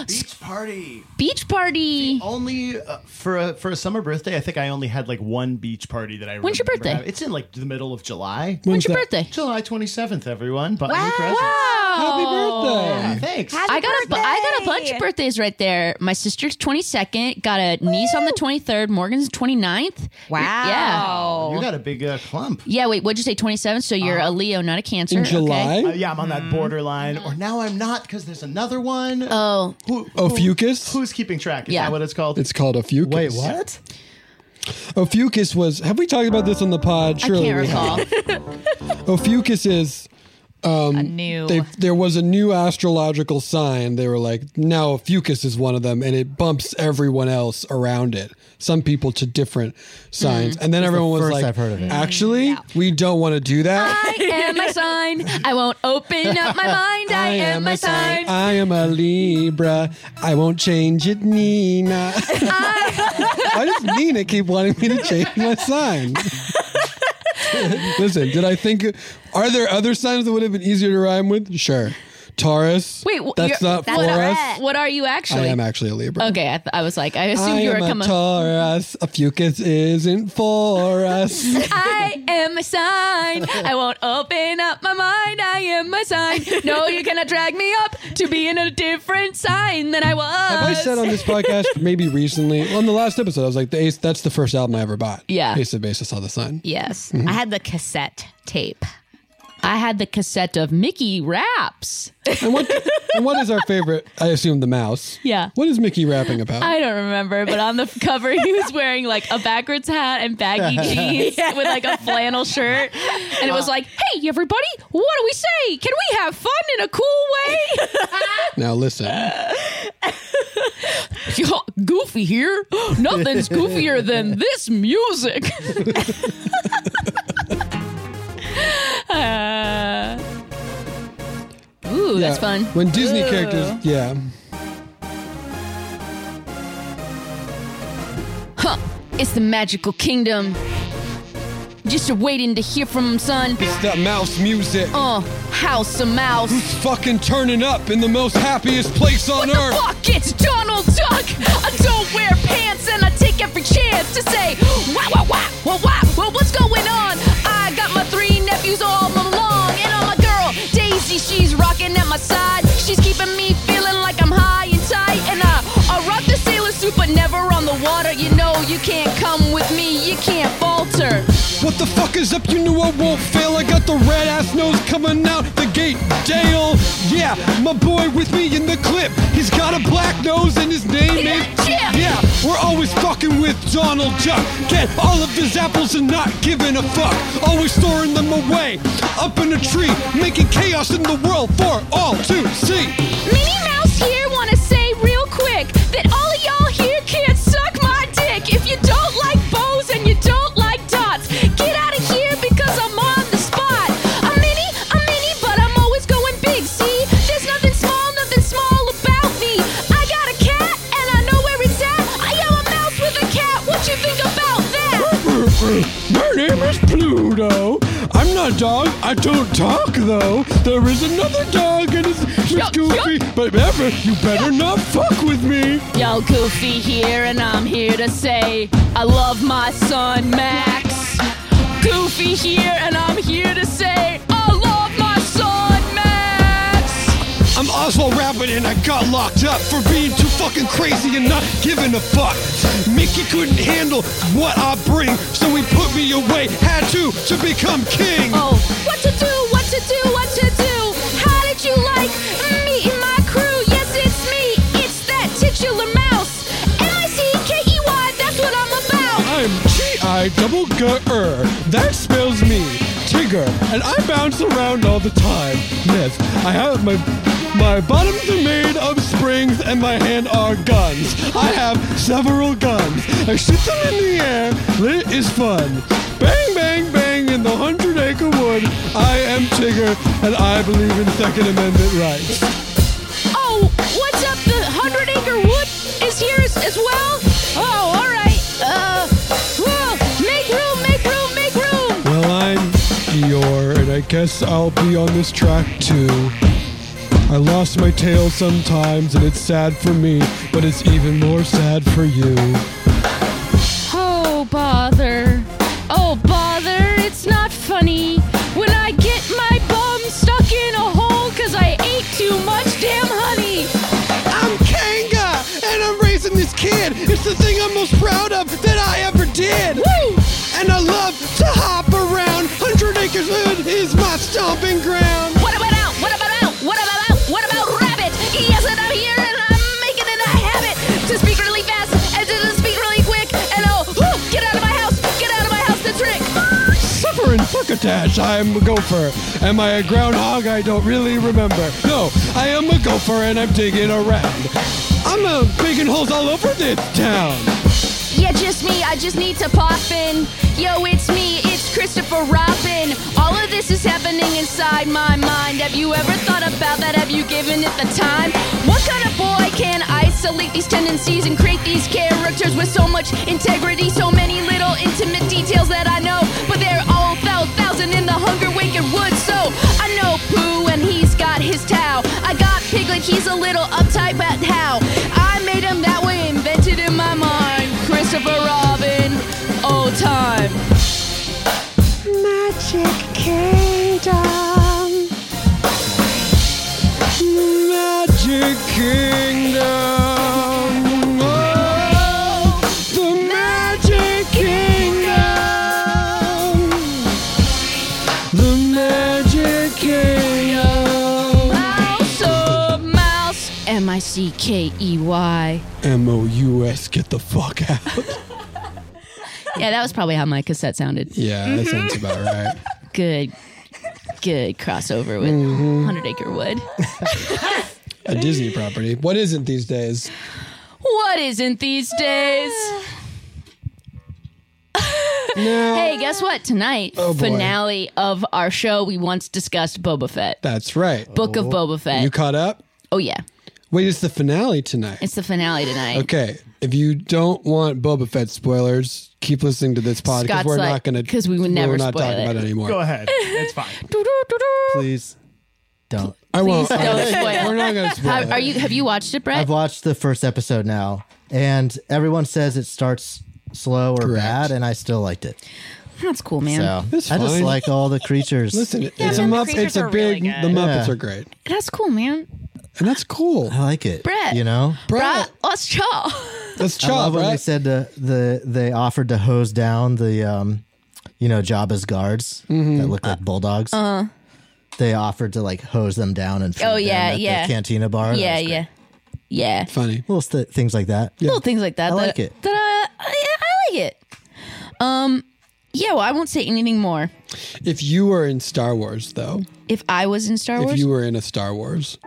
S7: Beach party.
S9: Beach party.
S7: Only uh, for a for a summer birthday, I think I only had like one beach party that I.
S9: When's your
S7: remember
S9: birthday?
S7: having. It's in like the middle of July.
S9: When's When's your that? birthday?
S7: July twenty seventh. Everyone, but
S9: Wow.
S7: new presents.
S9: Wow.
S7: Yeah, thanks.
S9: I got a bu- I got a bunch of birthdays right there. My sister's 22nd, got a niece on the 23rd, Morgan's 29th. Yeah.
S7: You got a big uh, clump.
S9: Yeah, wait, what'd you say 27? So you're
S4: Uh,
S9: a Leo, not a Cancer. okay.
S7: Uh, yeah, I'm on that borderline, or now I'm not because there's another one.
S9: Oh.
S4: Ophiuchus?
S7: Who's keeping track? Is
S4: Yeah.
S7: that what it's called?
S4: It's called Ophiuchus. Wait, what? Ophiuchus was have we talked about this on the pod? Surely
S8: can't
S4: we have. Ophiuchus is. Um,
S8: new-
S4: they- there was a new astrological sign. They were like, now Ophiuchus is one of them, and it bumps everyone else around it. Some people to different signs,
S9: Mm.
S4: and then
S5: That's the
S4: everyone was
S5: first
S4: like,
S5: I've heard of it.
S4: actually, we don't want to do that.
S9: I am my sign. I won't open up my mind. I, am my sign.
S4: I am a Libra. I won't change it, Nina. Why does Nina keep wanting me to change my sign? Listen, did I think? Are there other signs that would have been easier to rhyme with? Sure, Taurus.
S9: Wait, wh-
S4: that's
S9: you're-
S4: not for us.
S9: What are you actually?
S4: I am actually a Libra.
S9: Okay, I, th- I was like, I assumed
S4: I
S9: you were
S4: am a
S9: coming.
S4: Taurus. A fucus isn't for us.
S9: I am a sign. I won't open up my mind. I am my sign. No, you cannot drag me up to be in a different sign than I was.
S4: Have I said on this podcast, maybe recently, on the last episode, I was like, the Ace, that's the first album I ever bought.
S8: Yeah.
S4: Ace of Base, I saw the sign.
S8: Yes.
S4: Mhm.
S8: I had the cassette tape.
S9: I had the cassette of Mickey Raps.
S4: And what, and what is our favorite? I assume the mouse.
S9: Yeah.
S4: What is Mickey rapping about?
S9: I don't remember, but on the f- cover he was wearing like a backwards hat and baggy jeans with like a flannel shirt, and it was like, "Hey, everybody, what do we say? Can we have fun in a cool way?"
S4: now listen.
S9: Yo, goofy here. Nothing's goofier than this music. Uh, ooh,
S4: Yeah,
S9: that's fun.
S4: When Disney
S9: Ooh.
S4: characters, yeah.
S9: Huh. It's the magical kingdom. Just waiting to hear from him, son.
S4: It's that mouse music.
S9: Uh, house of mouse.
S4: Fucking turning up in the most happiest place on
S9: what
S4: earth.
S9: the fuck? It's Donald Duck. I don't wear pants and I take every chance to say, wow, wow, wow, wow, wow. Well, what's going on? I got my three nephews all along, and all my girl Daisy, she's rocking at my side. She's keeping me feeling like I'm high and tight, and I, I rock the sailor suit, but never on the water. You know you can't come with me, you can't falter.
S4: What the fuck is up? You knew I won't fail. I got the red ass nose coming out the gate, Dale. Yeah, my boy with me in the clip. He's got a black nose and his name is
S9: Chip.
S4: Yeah, we're always fucking with Donald Duck. Get all of his apples and not giving a fuck. Always throwing them away, up in a tree, making chaos in the world for all to see.
S9: Minnie Mouse here wanna say real quick that all of y'all here can't suck my dick if you don't like bows and you don't like dots. Get out of here because I'm on the spot. I'm mini, I'm mini, but I'm always going big. See, there's nothing small, nothing small about me. I got a cat and I know where it's at. I am a mouse with a cat. What you think about that?
S4: My name is Pluto. I'm not a dog. I don't talk though. There is another dog and it's just goofy. But ever, you better not fuck with me.
S9: Yo, Goofy here, and I'm here to say I love my son Max. Goofy here, and I'm here to say I love my son Max.
S4: I'm Oswald Rabbit and I got locked up for being too fucking crazy and not giving a fuck. Mickey couldn't handle what I bring, so he put me away. Had to to become king.
S9: Oh, what to do? What to do? What to do? How did you like meeting my crew? Yes, it's me. It's that titular mouse. M I C K E Y. That's what I'm about.
S4: I'm G-I double G-er. That spells me, Tigger, and I bounce around all the time. Yes, I have my my bottoms are made of springs and my hand are guns. I have several guns. I shoot them in the air. It is fun. Bang, bang, bang in the hundred acre wood. I am Tigger and I believe in Second Amendment rights.
S9: Oh, what's up? The Hundred Acre Wood is here as, as well? Oh, all right. Uh, well, make room, make room, make room.
S4: Well, I'm Eeyore, and I guess I'll be on this track too. I lost my tail sometimes, and it's sad for me, but it's even more sad for you.
S9: Oh, bother. Oh, bother. It's not funny. When I get my bum stuck in a hole because I ate too much damn honey.
S4: I'm Kanga, and I'm raising this kid. It's the thing I'm most proud of that I ever did.
S9: Woo!
S4: And I love to hop around. Hundred Acres Hood is my stomping ground.
S9: What about out? What about out? What about out? What about rabbit? Yes, and I'm here and I'm making it a habit to speak really fast and to speak really quick. And oh, whoo, get out of my house! Get out of my house! The trick.
S4: Suffering succotash, I'm a gopher. Am I a groundhog? I don't really remember. No, I am a gopher and I'm digging around. I'm uh, making holes all over this town.
S9: Yeah, just me. I just need to pop in. Yo, it's me. It's Christopher Robin. All of this is happening inside my mind. Have you ever thought about that? Have you given it the time? What kind of boy can isolate these tendencies and create these characters with so much integrity, so many little intimate details that I know, but they're all thou- thousand in the hunger waking wood. So I know Pooh and he's got his towel. I got Piglet. He's a little uptight, but how? I made him that way, invented in my mind. Christopher Robin, old time.
S13: Magic Kingdom.
S4: Magic Kingdom. Oh, the Magic Kingdom. The Magic
S9: Curio. Mouse of mouse. M I C K E Y.
S4: M O U S, get the fuck out.
S9: Yeah, that was probably how my cassette sounded.
S4: Yeah, that sounds about right.
S9: Good, good crossover with
S4: Mhm.
S9: 100 Acre Wood.
S4: A Disney property. What isn't these days?
S9: What isn't these days? hey, guess what? Tonight,
S4: Oh, boy.
S9: finale of our show, we once discussed Boba Fett.
S4: That's right.
S9: Book of Boba Fett.
S4: You caught up?
S9: Oh, yeah.
S4: Wait, it's the finale tonight.
S9: It's the finale tonight.
S4: Okay. If you don't want Boba Fett spoilers, keep listening to this pod because
S9: Scott's
S4: we're
S9: like-
S4: not going to
S9: 'cause we would never
S4: we're not
S9: spoil
S4: talking
S9: it.
S4: about it anymore.
S7: Go ahead. It's fine.
S5: Please don't.
S4: I
S9: Please
S4: won't.
S9: don't spoil.
S4: We're not going to spoil.
S9: How-
S4: it.
S9: are you? Have you watched it, Brett?
S5: I've watched the first episode now, and everyone says it starts slow or bad, and I still liked it.
S9: That's cool, man.
S5: So I just
S4: fine.
S5: like all the creatures.
S4: Listen, it's a
S9: man, the
S4: Mupp-
S9: creatures
S4: It's a
S9: are really
S4: big. the
S9: good.
S4: Muppets
S5: Yeah.
S4: are great,
S9: That's cool, man.
S4: and that's cool.
S5: I like it.
S9: Brett.
S5: You know,
S9: Brett, let's chat.
S4: Let's
S5: I love
S4: chop,
S5: when they
S4: right?
S5: said the, the they offered to hose down the um, you know, Jabba's guards that look like bulldogs.
S9: Uh,
S5: they offered to like hose them down and feed
S9: Oh,
S5: them
S9: yeah,
S5: at the
S9: yeah.
S5: cantina bar. That
S9: yeah,
S5: was great.
S9: yeah, yeah.
S4: Funny
S5: little st- things like that.
S9: Little things like that.
S5: I
S9: that-
S5: like it.
S9: That uh, I, I like it. Um, yeah. Well, I won't say anything more.
S4: If you were in Star Wars, though,
S9: If I was in Star
S4: if
S9: Wars,
S4: you were in a Star Wars,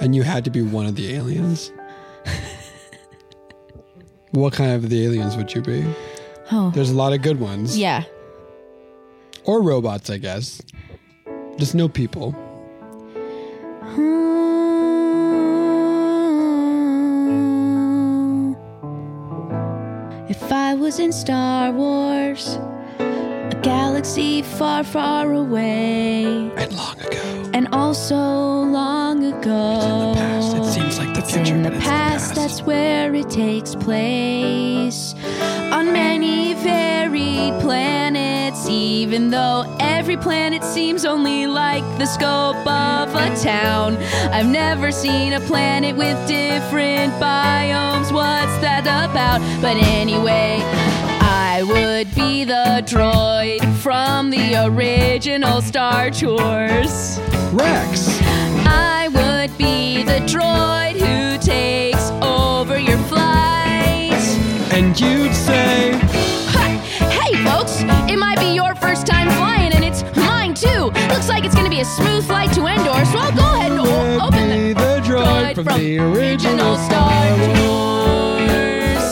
S4: and you had to be one of the aliens, what kind of the aliens would you be?
S9: oh,
S4: There's a lot of good ones,
S9: yeah.
S4: or robots, I guess. Just no people.
S9: If I was in Star Wars, a galaxy far, far away,
S4: And long ago,
S9: and also long ago.
S4: past. It seems like the
S9: It's
S4: future,
S9: in the
S4: but it's the
S9: past,
S4: past.
S9: that's where it takes place. On many varied planets, even though every planet seems only like the scope of a town. I've never seen a planet with different biomes, what's that about? But anyway, I would be the droid from the original Star Tours.
S4: Rex.
S9: I would be the droid who takes over your flight.
S4: And you'd say,
S9: Hey, folks, it might be your first time flying, and it's mine too. Looks like it's gonna be a smooth flight to Endor, so I'll go ahead and o- Oh, open the
S4: be the droid from, the original Star
S9: Wars.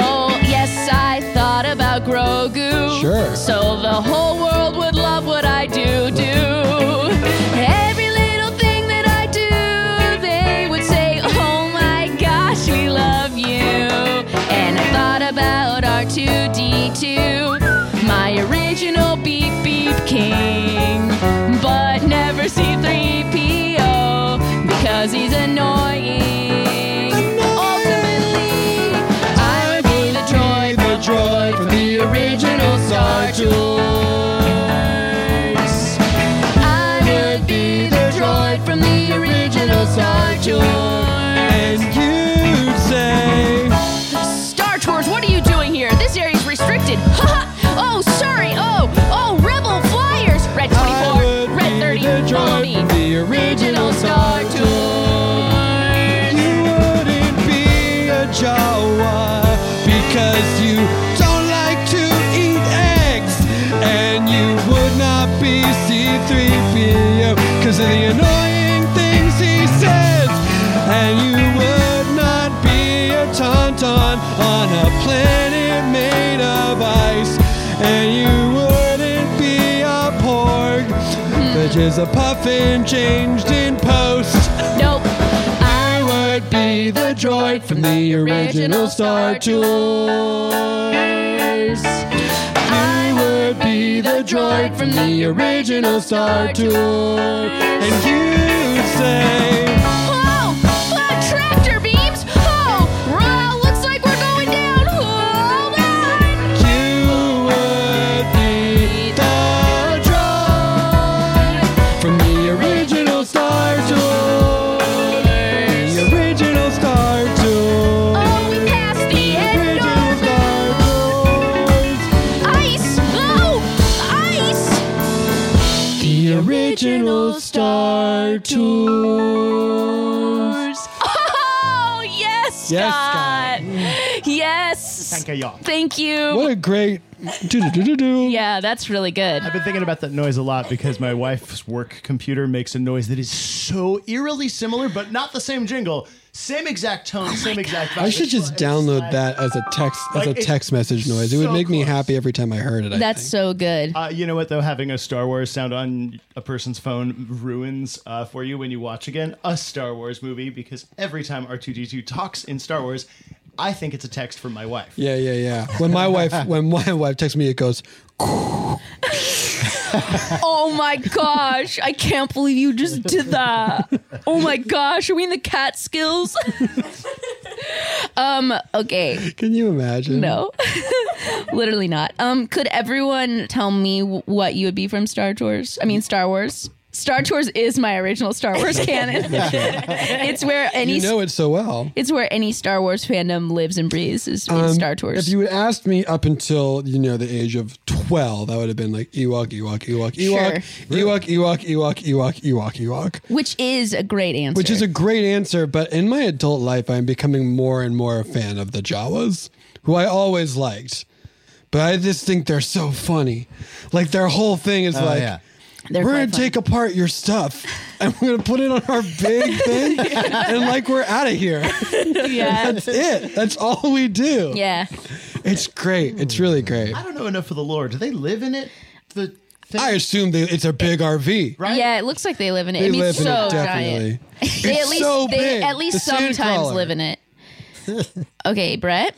S9: Oh, yes, I thought about Grogu.
S4: Sure.
S9: So the whole world would love what I do, do. Every little thing that I do, they would say, oh my gosh, we love you. And I thought about R2D2, my original beep beep king. But never C3PO, because he's annoying. Ultimately, I would be the droid
S4: the droid from the original Star Tours.
S9: I would be the droid from the original Star Tours.
S4: And you'd say,
S9: Star Tours, what are you doing here? This area's restricted. Haha. oh, sorry. Oh, oh, Rebel Flyers. Red
S4: I
S9: 24,
S4: would
S9: Red
S4: be the
S9: 30, follow
S4: droid
S9: me.
S4: from the original Star Tours. You wouldn't be a Jawa because you don't like to eat eggs. And you would not be C3PO because of the annoying things he says. And you would not be a tauntaun on a planet made of ice. And you wouldn't be a porg, which is a puffin changed in post.
S9: Nope.
S4: I would be the droid from the original Star Tours. I would be the droid from the original Star Tours. And you say,
S9: Whoa, whoa, Oh, uh, tractor beams. Oh, wow, looks like we're going down. Hold on.
S4: you would be the droid from the original Star Tours. The original Star Tours.
S9: Oh, we passed the end.
S4: Original Star Tours.
S9: Ice. Oh, ice.
S4: The the original Star Tours.
S6: Oh, yes,
S4: Yes,
S6: Scott. Yes.
S9: Thank you.
S6: Thank you.
S4: What a great.
S6: yeah, that's really good.
S9: I've been thinking about that noise a lot because my wife's work computer makes a noise that is so eerily similar, but not the same jingle. Same exact tone, same exact. vibe.
S4: Oh I should
S9: It's
S4: just
S9: like-
S4: download that as a text as
S9: Like,
S4: a
S9: it's
S4: text message noise. It would
S9: so
S4: make me happy every time I heard it. I
S6: That's so good.
S9: Uh, you know what though, having a Star Wars sound on a person's phone ruins uh, for you when you watch again a Star Wars movie because every time R two D two talks in Star Wars, I think it's a text from my wife.
S4: Yeah, yeah, yeah. When my wife when my wife texts me, it goes.
S6: oh my gosh. I can't believe you just did that. Oh my gosh. Are we in the Catskills? um, okay.
S4: Can you imagine?
S6: No. Literally not. Um, could everyone tell me wh- what you would be from Star Tours? I mean, Star Wars. Star Tours is my original Star Wars canon.
S4: That's
S6: it's where any
S4: you know it so well.
S6: it's where any Star Wars fandom lives and breathes is in
S4: Um,
S6: Star
S4: If
S6: Tours.
S4: you had asked me up until you know the age of twelve, I would have been like Ewok, Ewok, Ewok, Ewok, Ewok, Ewok, Ewok, Ewok, Ewok, Ewok.
S6: which is a great answer.
S4: Which is a great answer, but in my adult life, I'm becoming more and more a fan of the Jawas, who I always liked. But I just think they're so funny. Like their whole thing is
S5: Oh,
S4: like,
S5: yeah.
S6: They're
S4: we're
S6: quite
S4: gonna take apart your stuff and we're gonna put it on our big thing, and like we're out of here.
S6: Yeah.
S4: that's it. That's all we do.
S6: yeah.
S4: It's great. It's really great.
S9: I don't know enough of the lore. Do they live in it? The thing,
S4: I assume they, it's a big RV.
S9: right?
S6: Yeah, it looks like they live in it.
S4: They
S6: I mean,
S4: live
S6: it's so
S4: in it
S6: giant.
S4: definitely.
S6: They
S4: It's
S6: at least
S4: so
S6: they
S4: big.
S6: at least
S4: The
S6: sometimes
S4: sandcrawler.
S6: live in it. Okay, Brett.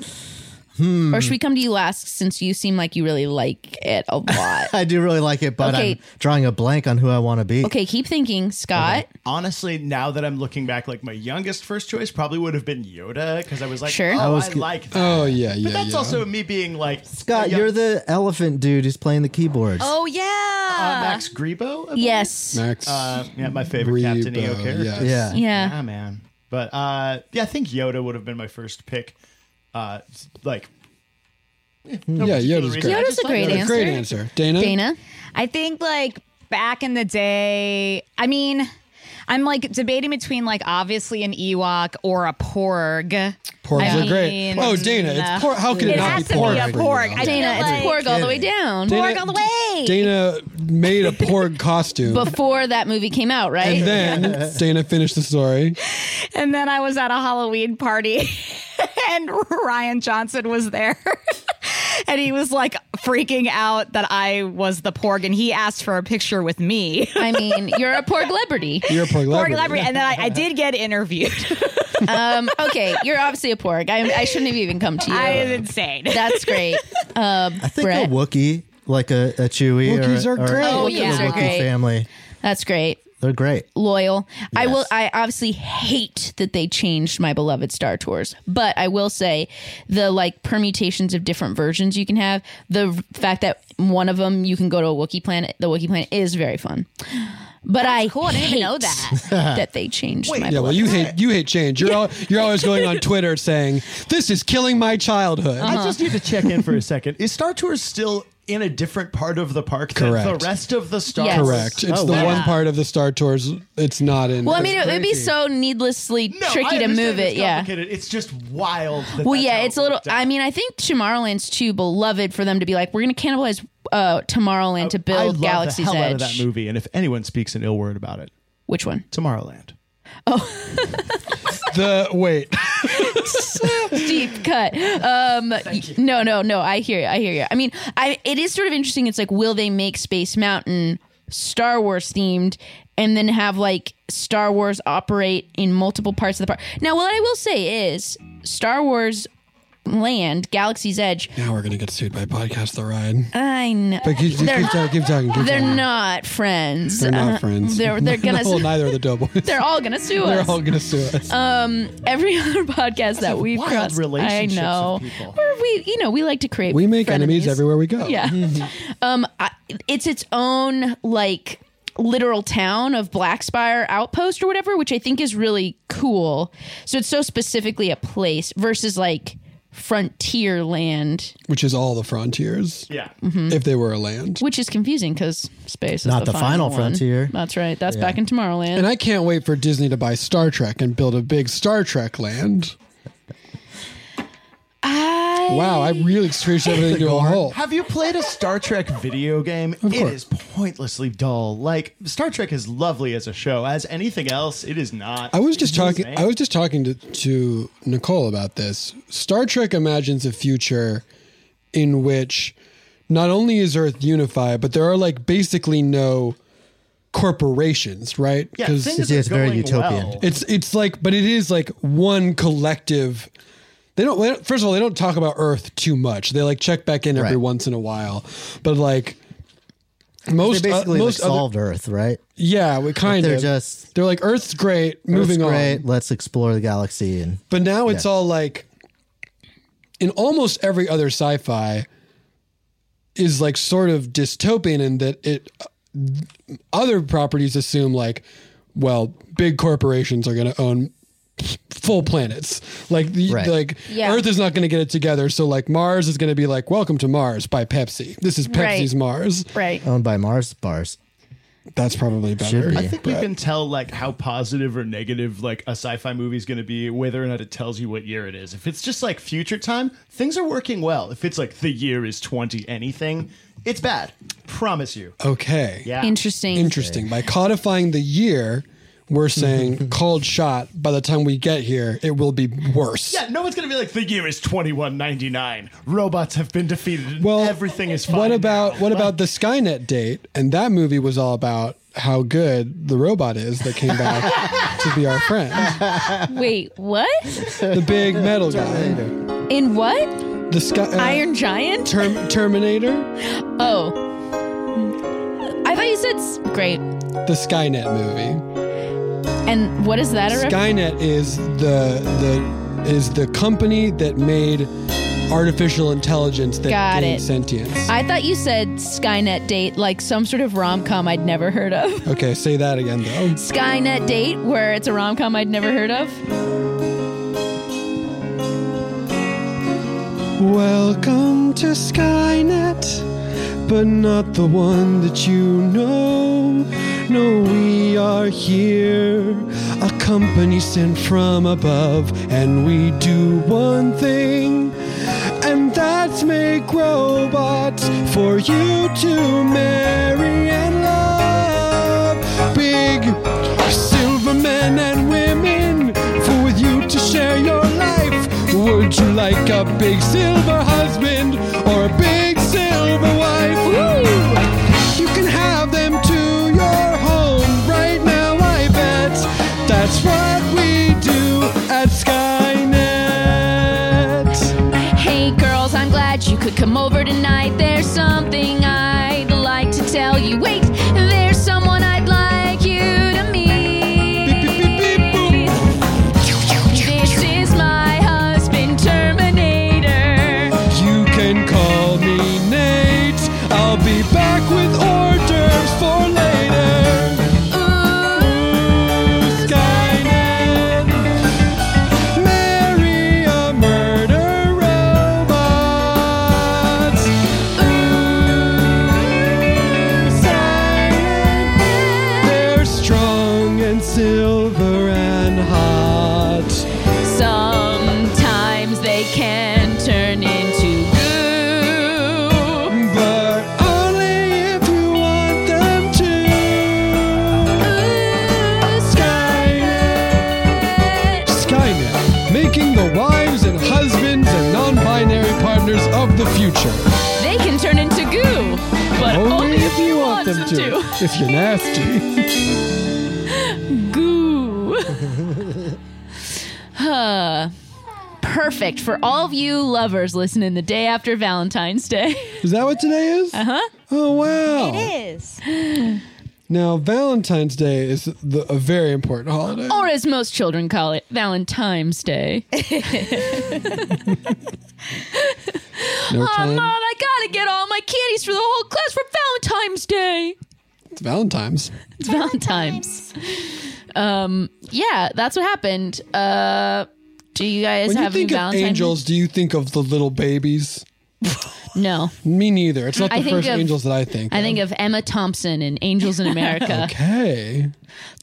S4: Hmm.
S6: Or should we come to you last since you seem like you really like it a lot?
S5: I do really like it, but
S6: Okay.
S5: I'm drawing a blank on who I want to be.
S6: okay, keep thinking, Scott.
S9: Honestly, now that I'm looking back, like my youngest first choice probably would have been Yoda because I was like,
S6: Sure.
S9: oh, I,
S5: I was g-
S9: like that.
S4: Oh yeah, yeah.
S9: but that's
S4: yeah.
S9: also me being like
S5: Scott,
S9: a young-
S5: you're the elephant dude who's playing the keyboards.
S8: Oh
S9: uh,
S8: yeah.
S9: Max Grebo. I believe?
S6: Yes.
S4: Max.
S9: Uh, yeah, my favorite Captain EO
S4: Rebo,
S9: character.
S4: yes.
S5: Yeah.
S6: Yeah.
S9: Yeah, man. But uh, yeah, I think Yoda would have been my first pick. Uh, s- like, eh, no
S4: Yeah,
S9: particular
S4: Yoda's
S9: reason.
S4: great.
S9: I
S6: Yoda's
S9: just
S6: a
S9: like
S6: great
S9: Yoda.
S4: That's a Great answer, Dana.
S6: Dana?
S8: I think like back in the day, I mean, I'm like debating between like obviously an Ewok or a Porg.
S4: Porgs
S8: I
S4: are great.
S8: mean,
S4: Oh, Dana, it's por- how can it,
S8: It
S4: not
S8: has
S4: be
S8: to be
S4: porg?
S8: a porg. I
S6: Dana,
S8: feel like-
S6: it's Porg all the way down.
S4: Dana,
S8: Porg all the way.
S4: Dana made a porg costume.
S6: Before that movie came out, right?
S4: and then Dana finished the story.
S8: And then I was at a Halloween party and Ryan Johnson was there. and he was like freaking out that I was the porg and he asked for a picture with me.
S6: I mean, you're a Porg celebrity.
S4: You're a porg
S8: Porg
S4: leopard.
S8: library. And then I, I did get interviewed.
S6: Um, okay, you're obviously a Porg. I, I shouldn't have even come to you.
S8: I am insane.
S6: That's great. Um,
S5: I think
S6: Brett.
S5: a Wookiee, like a, a Chewie, or-
S4: Wookiees
S5: or,
S4: are great.
S6: Oh,
S5: the
S6: Wookiees are
S5: Wookiee
S6: great.
S5: family,
S6: that's great.
S5: they're great.
S6: loyal. I
S5: Yes.
S6: will. I obviously hate that they changed my beloved Star Tours, but I will say the like permutations of different versions you can have. The fact that one of them you can go to a Wookiee planet, the Wookiee planet is very fun. But I
S8: cool. I didn't even know
S6: hate
S8: that.
S6: that they changed my
S4: Yeah, well,
S6: beloved.
S4: you hate you hate change. You're al- you're always going on Twitter saying this is killing my childhood.
S6: Uh-huh.
S9: I just need to check in for a second. Is Star Tours still in a different part of the park than
S4: Correct.
S9: the rest of the Star
S6: Yes.
S9: Wars?
S4: Correct. It's
S5: Oh,
S4: the
S5: wow.
S4: one part of the Star Tours. It's not in.
S6: well, I mean, it
S4: it's
S6: would be
S4: crazy.
S6: so needlessly
S9: No,
S6: tricky
S9: I
S6: to
S9: understand
S6: move it.
S9: it's
S6: Yeah.
S9: complicated. It's just wild. That
S6: Well,
S9: that's
S6: yeah,
S9: how
S6: it's a little.
S9: worked out.
S6: I mean, I think Tomorrowland's too beloved for them to be like, we're going to cannibalize uh, Tomorrowland to
S9: I
S6: build
S9: love
S6: Galaxy's
S9: the hell
S6: Edge.
S9: out of that movie, and if anyone speaks an ill word about it,
S6: Which one?
S9: Tomorrowland.
S4: The wait,
S6: deep cut. Um, no, no, no. I hear you. I hear you. I mean, I it is sort of interesting. It's like, will they make Space Mountain Star Wars themed, and then have like Star Wars operate in multiple parts of the park? Now, what I will say is, Star Wars Land, Galaxy's Edge.
S4: now we're gonna get sued by podcast the ride.
S6: I know
S4: But keep, keep,
S6: Uh, They're-
S4: talking. Keep talking. Keep
S6: they're
S4: talking.
S6: not friends.
S4: They're not
S6: Uh,
S4: friends.
S6: They're they're gonna.
S4: well, neither are the Doughboys.
S6: they're all gonna sue
S4: They're
S6: us.
S4: all gonna sue us.
S6: Every other podcast that we've
S9: wild
S6: crossed,
S9: relationships
S6: I know.
S9: with people.
S6: We're- we, you know, we like to create.
S4: we make enemies
S6: frenemies.
S4: everywhere we go. hmm,
S6: Yeah. Um, I, it's its own like literal town of Blackspire Outpost or whatever, which I think is really cool. So it's so specifically a place versus like frontier land,
S4: which is all the frontiers.
S9: Yeah.
S6: Mhm.
S4: If they were a land.
S6: which is confusing because space is
S4: Not the final
S6: one.
S4: frontier.
S6: That's right. That's
S4: Yeah.
S6: back in Tomorrowland.
S4: And I can't wait for Disney to buy Star Trek and build a big Star Trek land. Wow, I really screeched everything into a hole.
S9: Have you played a Star Trek video game? It
S4: Oh. course.
S9: is pointlessly dull. Like Star Trek is lovely as a show. As anything else, it is not.
S4: I was just
S9: It
S4: talking.
S9: man.
S4: I was just talking to, to Nicole about this. Star Trek imagines a future in which not only is Earth unified, but there are like basically no corporations, right?
S5: Yeah, things Yeah, it's are very going utopian. well.
S4: It's it's like, but it is like one collective. They don't. they don't- First of all, they don't talk about Earth too much. They like check back in every
S5: Right.
S4: once in a while, but like most
S5: they basically
S4: uh, most
S5: like
S4: other-
S5: solved Earth, right?
S4: yeah, we kind
S5: they're
S4: of
S5: just-
S4: they're like Earth's great, moving
S5: Earth's
S4: on.
S5: great, Let's explore the galaxy and
S4: But now it's
S5: Yeah.
S4: all like in almost every other sci-fi is like sort of dystopian in that it uh, other properties assume like well big corporations are going to own full planets like the
S5: Right.
S4: like
S5: Yeah.
S4: earth is not going to get it together so like mars is going to be like welcome to mars by pepsi this is pepsi's mars
S6: right
S5: owned by Mars bars.
S4: That's probably better.
S9: I think we can tell like how positive or negative like a sci-fi movie is going to be, whether or not it tells you what year it is. If it's just like future time, things are working well. If it's like the year is twenty anything, it's bad. Promise you.
S4: Okay.
S9: Yeah.
S6: Interesting.
S4: Interesting. By codifying the year, we're saying called shot. By the time we get here, it will be worse.
S9: Yeah, no one's going to be like the year is twenty one ninety nine. Robots have been defeated.
S4: Well,
S9: everything is fine.
S4: What about
S9: now.
S4: what about the Skynet date? And that movie was all about how good the robot is that came back to be our friend.
S6: Wait, what?
S4: The big metal guy.
S6: In what?
S4: The sky uh,
S6: Iron Giant?
S4: Term- Terminator.
S6: Oh. I thought you said s- great.
S4: The Skynet movie.
S6: And what is that? a ref-
S4: Skynet is the the is the company that made artificial intelligence that
S6: Got
S4: gained
S6: it.
S4: sentience.
S6: I thought you said Skynet date, like some sort of rom com I'd never heard of.
S4: Okay, say that again though.
S6: Skynet date, where it's a rom com I'd never heard of.
S4: Welcome to Skynet, but not the one that you know. No, we are here, a company sent from above, and we do one thing, and that's make robots for you to marry and love. Big silver men and women for with you to share your life. Would you like a big silver husband or a big silver wife? You can have them to your home right now, I bet. That's what we do at Skynet.
S6: Hey girls, I'm glad you could come over tonight. There's something I'd like to tell you. Wait, there's someone I'd like you to meet. This is my husband, Terminator.
S4: You can call me Nate. I'll be back with hors d'oeuvres for later. Ooh, Skynet. Marry a murder robot. Ooh, Skynet. They're strong and silver and hot.
S6: Sometimes they can turn into goo.
S4: But only if you want them to. Skynet. Skynet, making the wives and husbands and non binary partners of the future.
S6: They can turn into goo, but only, if you want them to.
S4: If you're nasty.
S6: Goo. huh. Perfect for all of you lovers listening the day after Valentine's Day.
S4: Is that what today is? Uh
S6: huh.
S4: Oh, wow.
S6: Uh-huh. is.
S4: Now, Valentine's Day is the, a very important holiday.
S6: Or as most children call it, Valentine's Day.
S4: No
S6: oh,
S4: time.
S6: Mom, I gotta get all my candies for the whole class for Valentine's Day.
S4: It's Valentine's.
S6: It's Valentine's. Um, yeah, that's what happened. Uh, Do you guys
S4: when you
S6: have any
S4: think of
S6: Valentine's?
S4: angels, do you think of the little babies?
S6: No.
S4: Me neither. It's not the
S6: I think
S4: first
S6: of-
S4: angels that I think.
S6: I think of Emma Thompson and Angels in America.
S4: okay.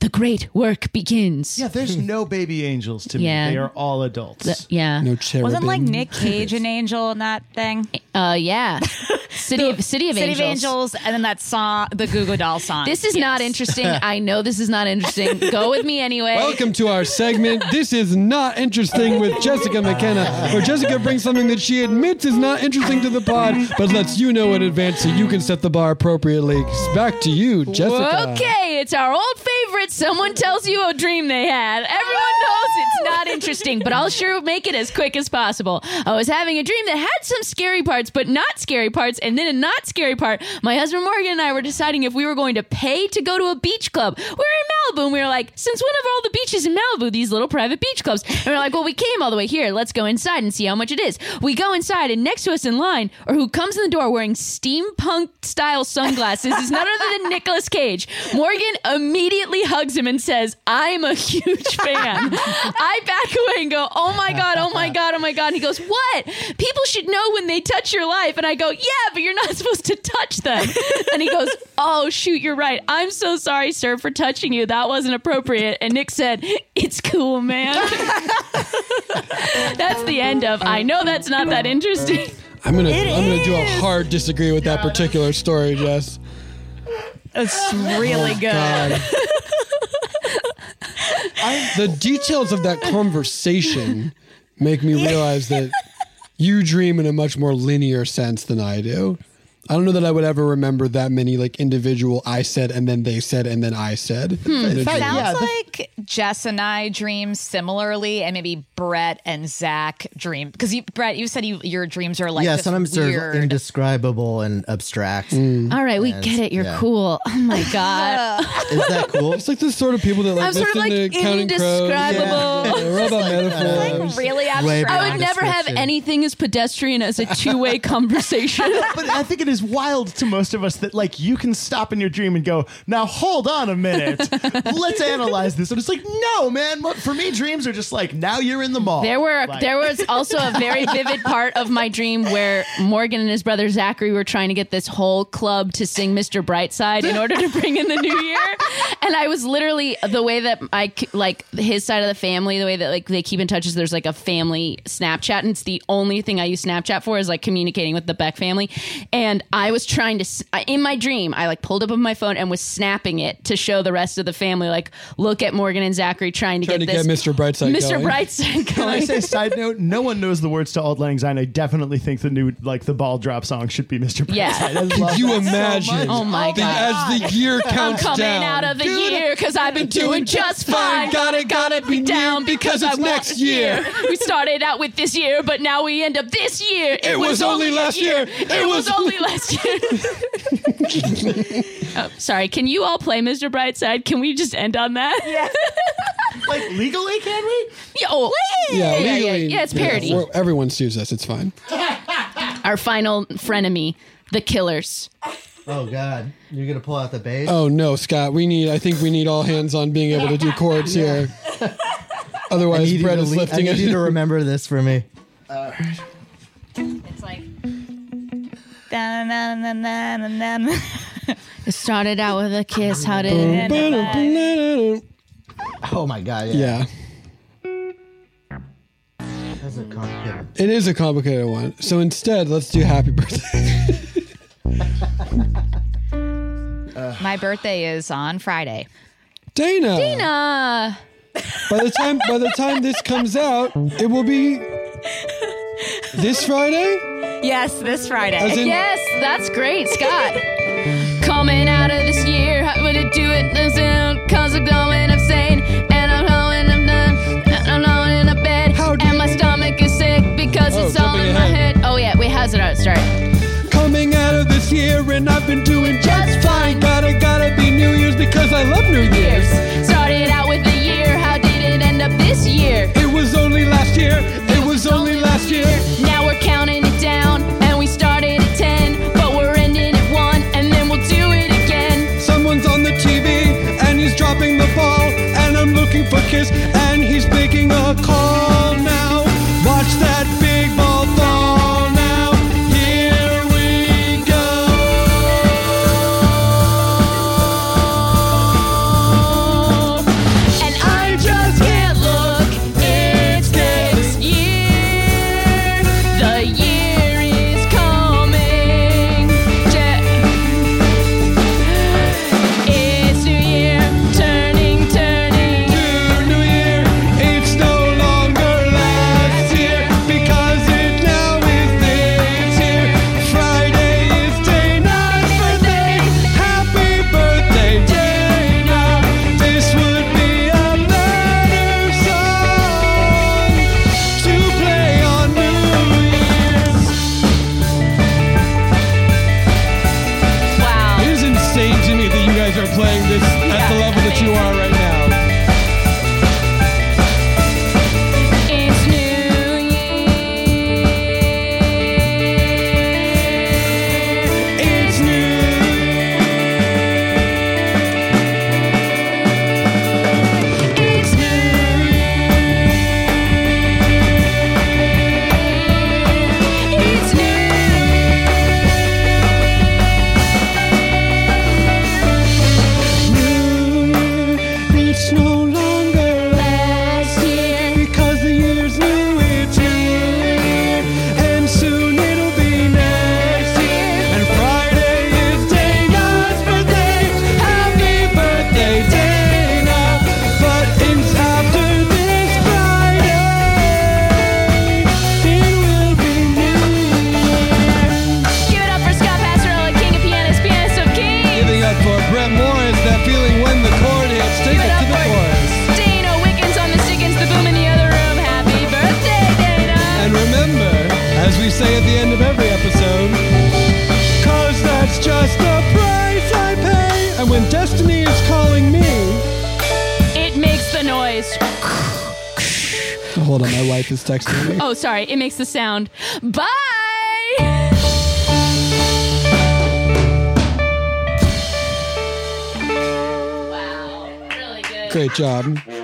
S6: The great work begins.
S9: Yeah, there's no baby angels to
S6: Yeah.
S9: me. They are all adults.
S6: The- yeah. No
S8: Wasn't like Nick Cage an angel in that thing?
S6: Uh, yeah. City of City of
S8: City
S6: Angels.
S8: of Angels, and then that song, the Goo Goo Doll song.
S6: This is not
S8: Yes.
S6: interesting. I know this is not interesting. Go with me anyway.
S4: Welcome to our segment. This is not interesting with Jessica McKenna, where Jessica brings something that she admits is not interesting to the pod, but lets you know in advance so you can set the bar appropriately. Back to you, Jessica.
S6: Okay, it's our old favorite. Someone tells you a dream they had. Everyone knows it's not interesting, but I'll sure make it as quick as possible. I was having a dream that had some scary parts, but not scary parts, and then a not scary part. My husband Morgan and I were deciding if we were going to pay to go to a beach club. We were in Malibu, and we were like, since when are all the beaches in Malibu these little private beach clubs? And we're like, well, we came all the way here. Let's go inside and see how much it is. We go inside, and next to us in line, or who comes in the door wearing steampunk style sunglasses, is none other than Nicolas Cage. Morgan immediately hugs him and says, I'm a huge fan. I back away and go, Oh my God, oh my God, oh my God. And he goes, What? People should know when they touch your life. And I go, Yeah, but you're not supposed to touch them. And he goes, Oh, shoot, you're right. I'm so sorry, sir, for touching you. That wasn't appropriate. And Nick said, It's cool, man. that's the end of I know that's not that interesting.
S4: I'm gonna I'm gonna do a hard disagree with that particular story, Jess.
S8: It's
S4: Oh, God. the details of that conversation make me realize that you dream in a much more linear sense than I do. I don't know that I would ever remember that many like individual I said and then they said and then I said.
S6: Hmm.
S4: in a
S8: It
S4: dream.
S8: sounds like Jess and I dream similarly, and maybe Brett and Zach dream because you, Brett, you said you, your dreams are like
S5: yeah,
S8: just
S5: sometimes they're
S8: weird.
S5: indescribable and abstract.
S4: Mm.
S6: All right, we
S5: And,
S6: get it. You're
S5: yeah.
S6: cool. Oh my God.
S5: Is that cool?
S4: It's like the sort of people that like
S6: I'm sort of,
S4: listen
S6: like,
S4: to Counting Crows.
S6: indescribable.
S4: Yeah, yeah, we're all about metaphors.
S8: really
S5: abstract.
S6: I would never have
S5: description.
S6: anything as pedestrian as a two way conversation.
S9: but I think it is wild to most of us that like you can stop in your dream and go, now hold on a minute, let's analyze this. And it's like, no, man. What- For me, dreams are just like now you're in the mall.
S6: There were
S9: Like-
S6: there was also a very vivid part of my dream where Morgan and his brother Zachary were trying to get this whole club to sing Mr. Brightside in order to bring in the new year, and I was literally the way that I c- like his side of the family, the way that like they keep in touch is there's like a family Snapchat, and it's the only thing I use Snapchat for is like communicating with the Beck family, and I was trying to s- in my dream I like pulled up on my phone and was snapping it to show the rest of the family like look at Morgan and Zachary trying to
S4: Trying
S6: get
S4: to get
S6: this
S4: Mr. Brightside
S6: Mr.
S4: going.
S6: Brightside
S9: Can I
S6: going.
S9: say side note? No one knows the words to "Auld Lang Syne." I definitely think the new like the ball drop song should be Mr.
S6: Yeah.
S9: Brightside. I love
S4: Could you
S9: that so
S4: imagine?
S9: much.
S6: Oh my
S4: the-
S6: God.
S4: As the year
S6: I'm
S4: counts
S6: coming
S4: down,
S6: out of the year because I've been doing just fine. Gotta, gotta be down because
S4: it's
S6: I want
S4: next
S6: this
S4: year.
S6: We started out with this year, but now we end up this year. It,
S4: was only last
S6: a
S4: year.
S6: It,
S4: It
S6: was,
S4: was-
S6: only last year. oh, sorry, can you all play Mr. Brightside? Can we just end on that? Yeah.
S9: Like legally, can we?
S6: oh,
S4: Yeah,
S6: yeah, yeah,
S4: legally,
S6: yeah, it's parody.
S4: we're- everyone sues us. It's fine.
S6: Our final frenemy, the Killers.
S5: Oh God, you're gonna pull out the bass.
S4: Oh no, Scott. We need. I think we need all hands on being able to do chords here.
S5: I
S4: Otherwise,
S5: need, you
S4: Brett
S5: to,
S4: is
S5: le- I
S4: lifting
S5: need you to
S4: it.
S5: remember this for me.
S8: It's like. Da-na-na-na-na-na-na.
S6: It started out with a kiss. How did it end?
S5: Oh my God, yeah.
S4: Yeah,
S5: That's a complicated.
S4: it is a complicated one. So instead, let's do Happy Birthday.
S8: My birthday is on Friday.
S4: Dana.
S6: Uh,
S4: By the time by the time this comes out, it will be this Friday.
S8: Yes, this
S4: As
S8: Friday.
S4: in,
S6: Yes, that's great, Scott. Coming out of this year, I would do it this soon, cause I'm going insane, and I'm going, I'm done, and I'm going in a bed,
S4: How do-
S6: and my stomach is sick because
S4: Oh,
S6: it's all
S4: jumping
S6: in my
S4: ahead.
S6: head. Oh yeah, wait, how's it out? Start.
S4: Coming out of this year, and I've been doing just fine. Gotta gotta be New Year's because I love New Year's.
S6: Started out with a year, how did it end up this year?
S4: It was only last year. It was only last year.
S6: Now we're counting it down, and we started at 10, but we're ending at 1, and then we'll do it again.
S4: Someone's on the TV and he's dropping the ball, and I'm looking for kiss, and he's making a call now. playing this at the level that you are right now.
S6: It's New Year. It's New Year. It's New Year. It's New
S4: Mm, It's no longer last year because the year's new. It's here, and soon it'll be next year. And Friday is Dana's birthday. Happy birthday, Dana! But it's after this Friday, it will be new.
S6: Give it up for Scott Passarella, king of pianists, pianist of kings.
S4: Giving up for Brett Morris that feeling when the chord hits. Take it to the chorus.
S6: Dana Wickens on the Stickens, the boom in the other room. Happy birthday, Dana.
S4: And remember, as we say at the end of every episode, cause that's just the price I pay. And when destiny is calling me.
S6: It makes the noise.
S4: Hold on, my wife is texting me.
S6: Oh, sorry. It makes the sound. Bye.
S4: Great job.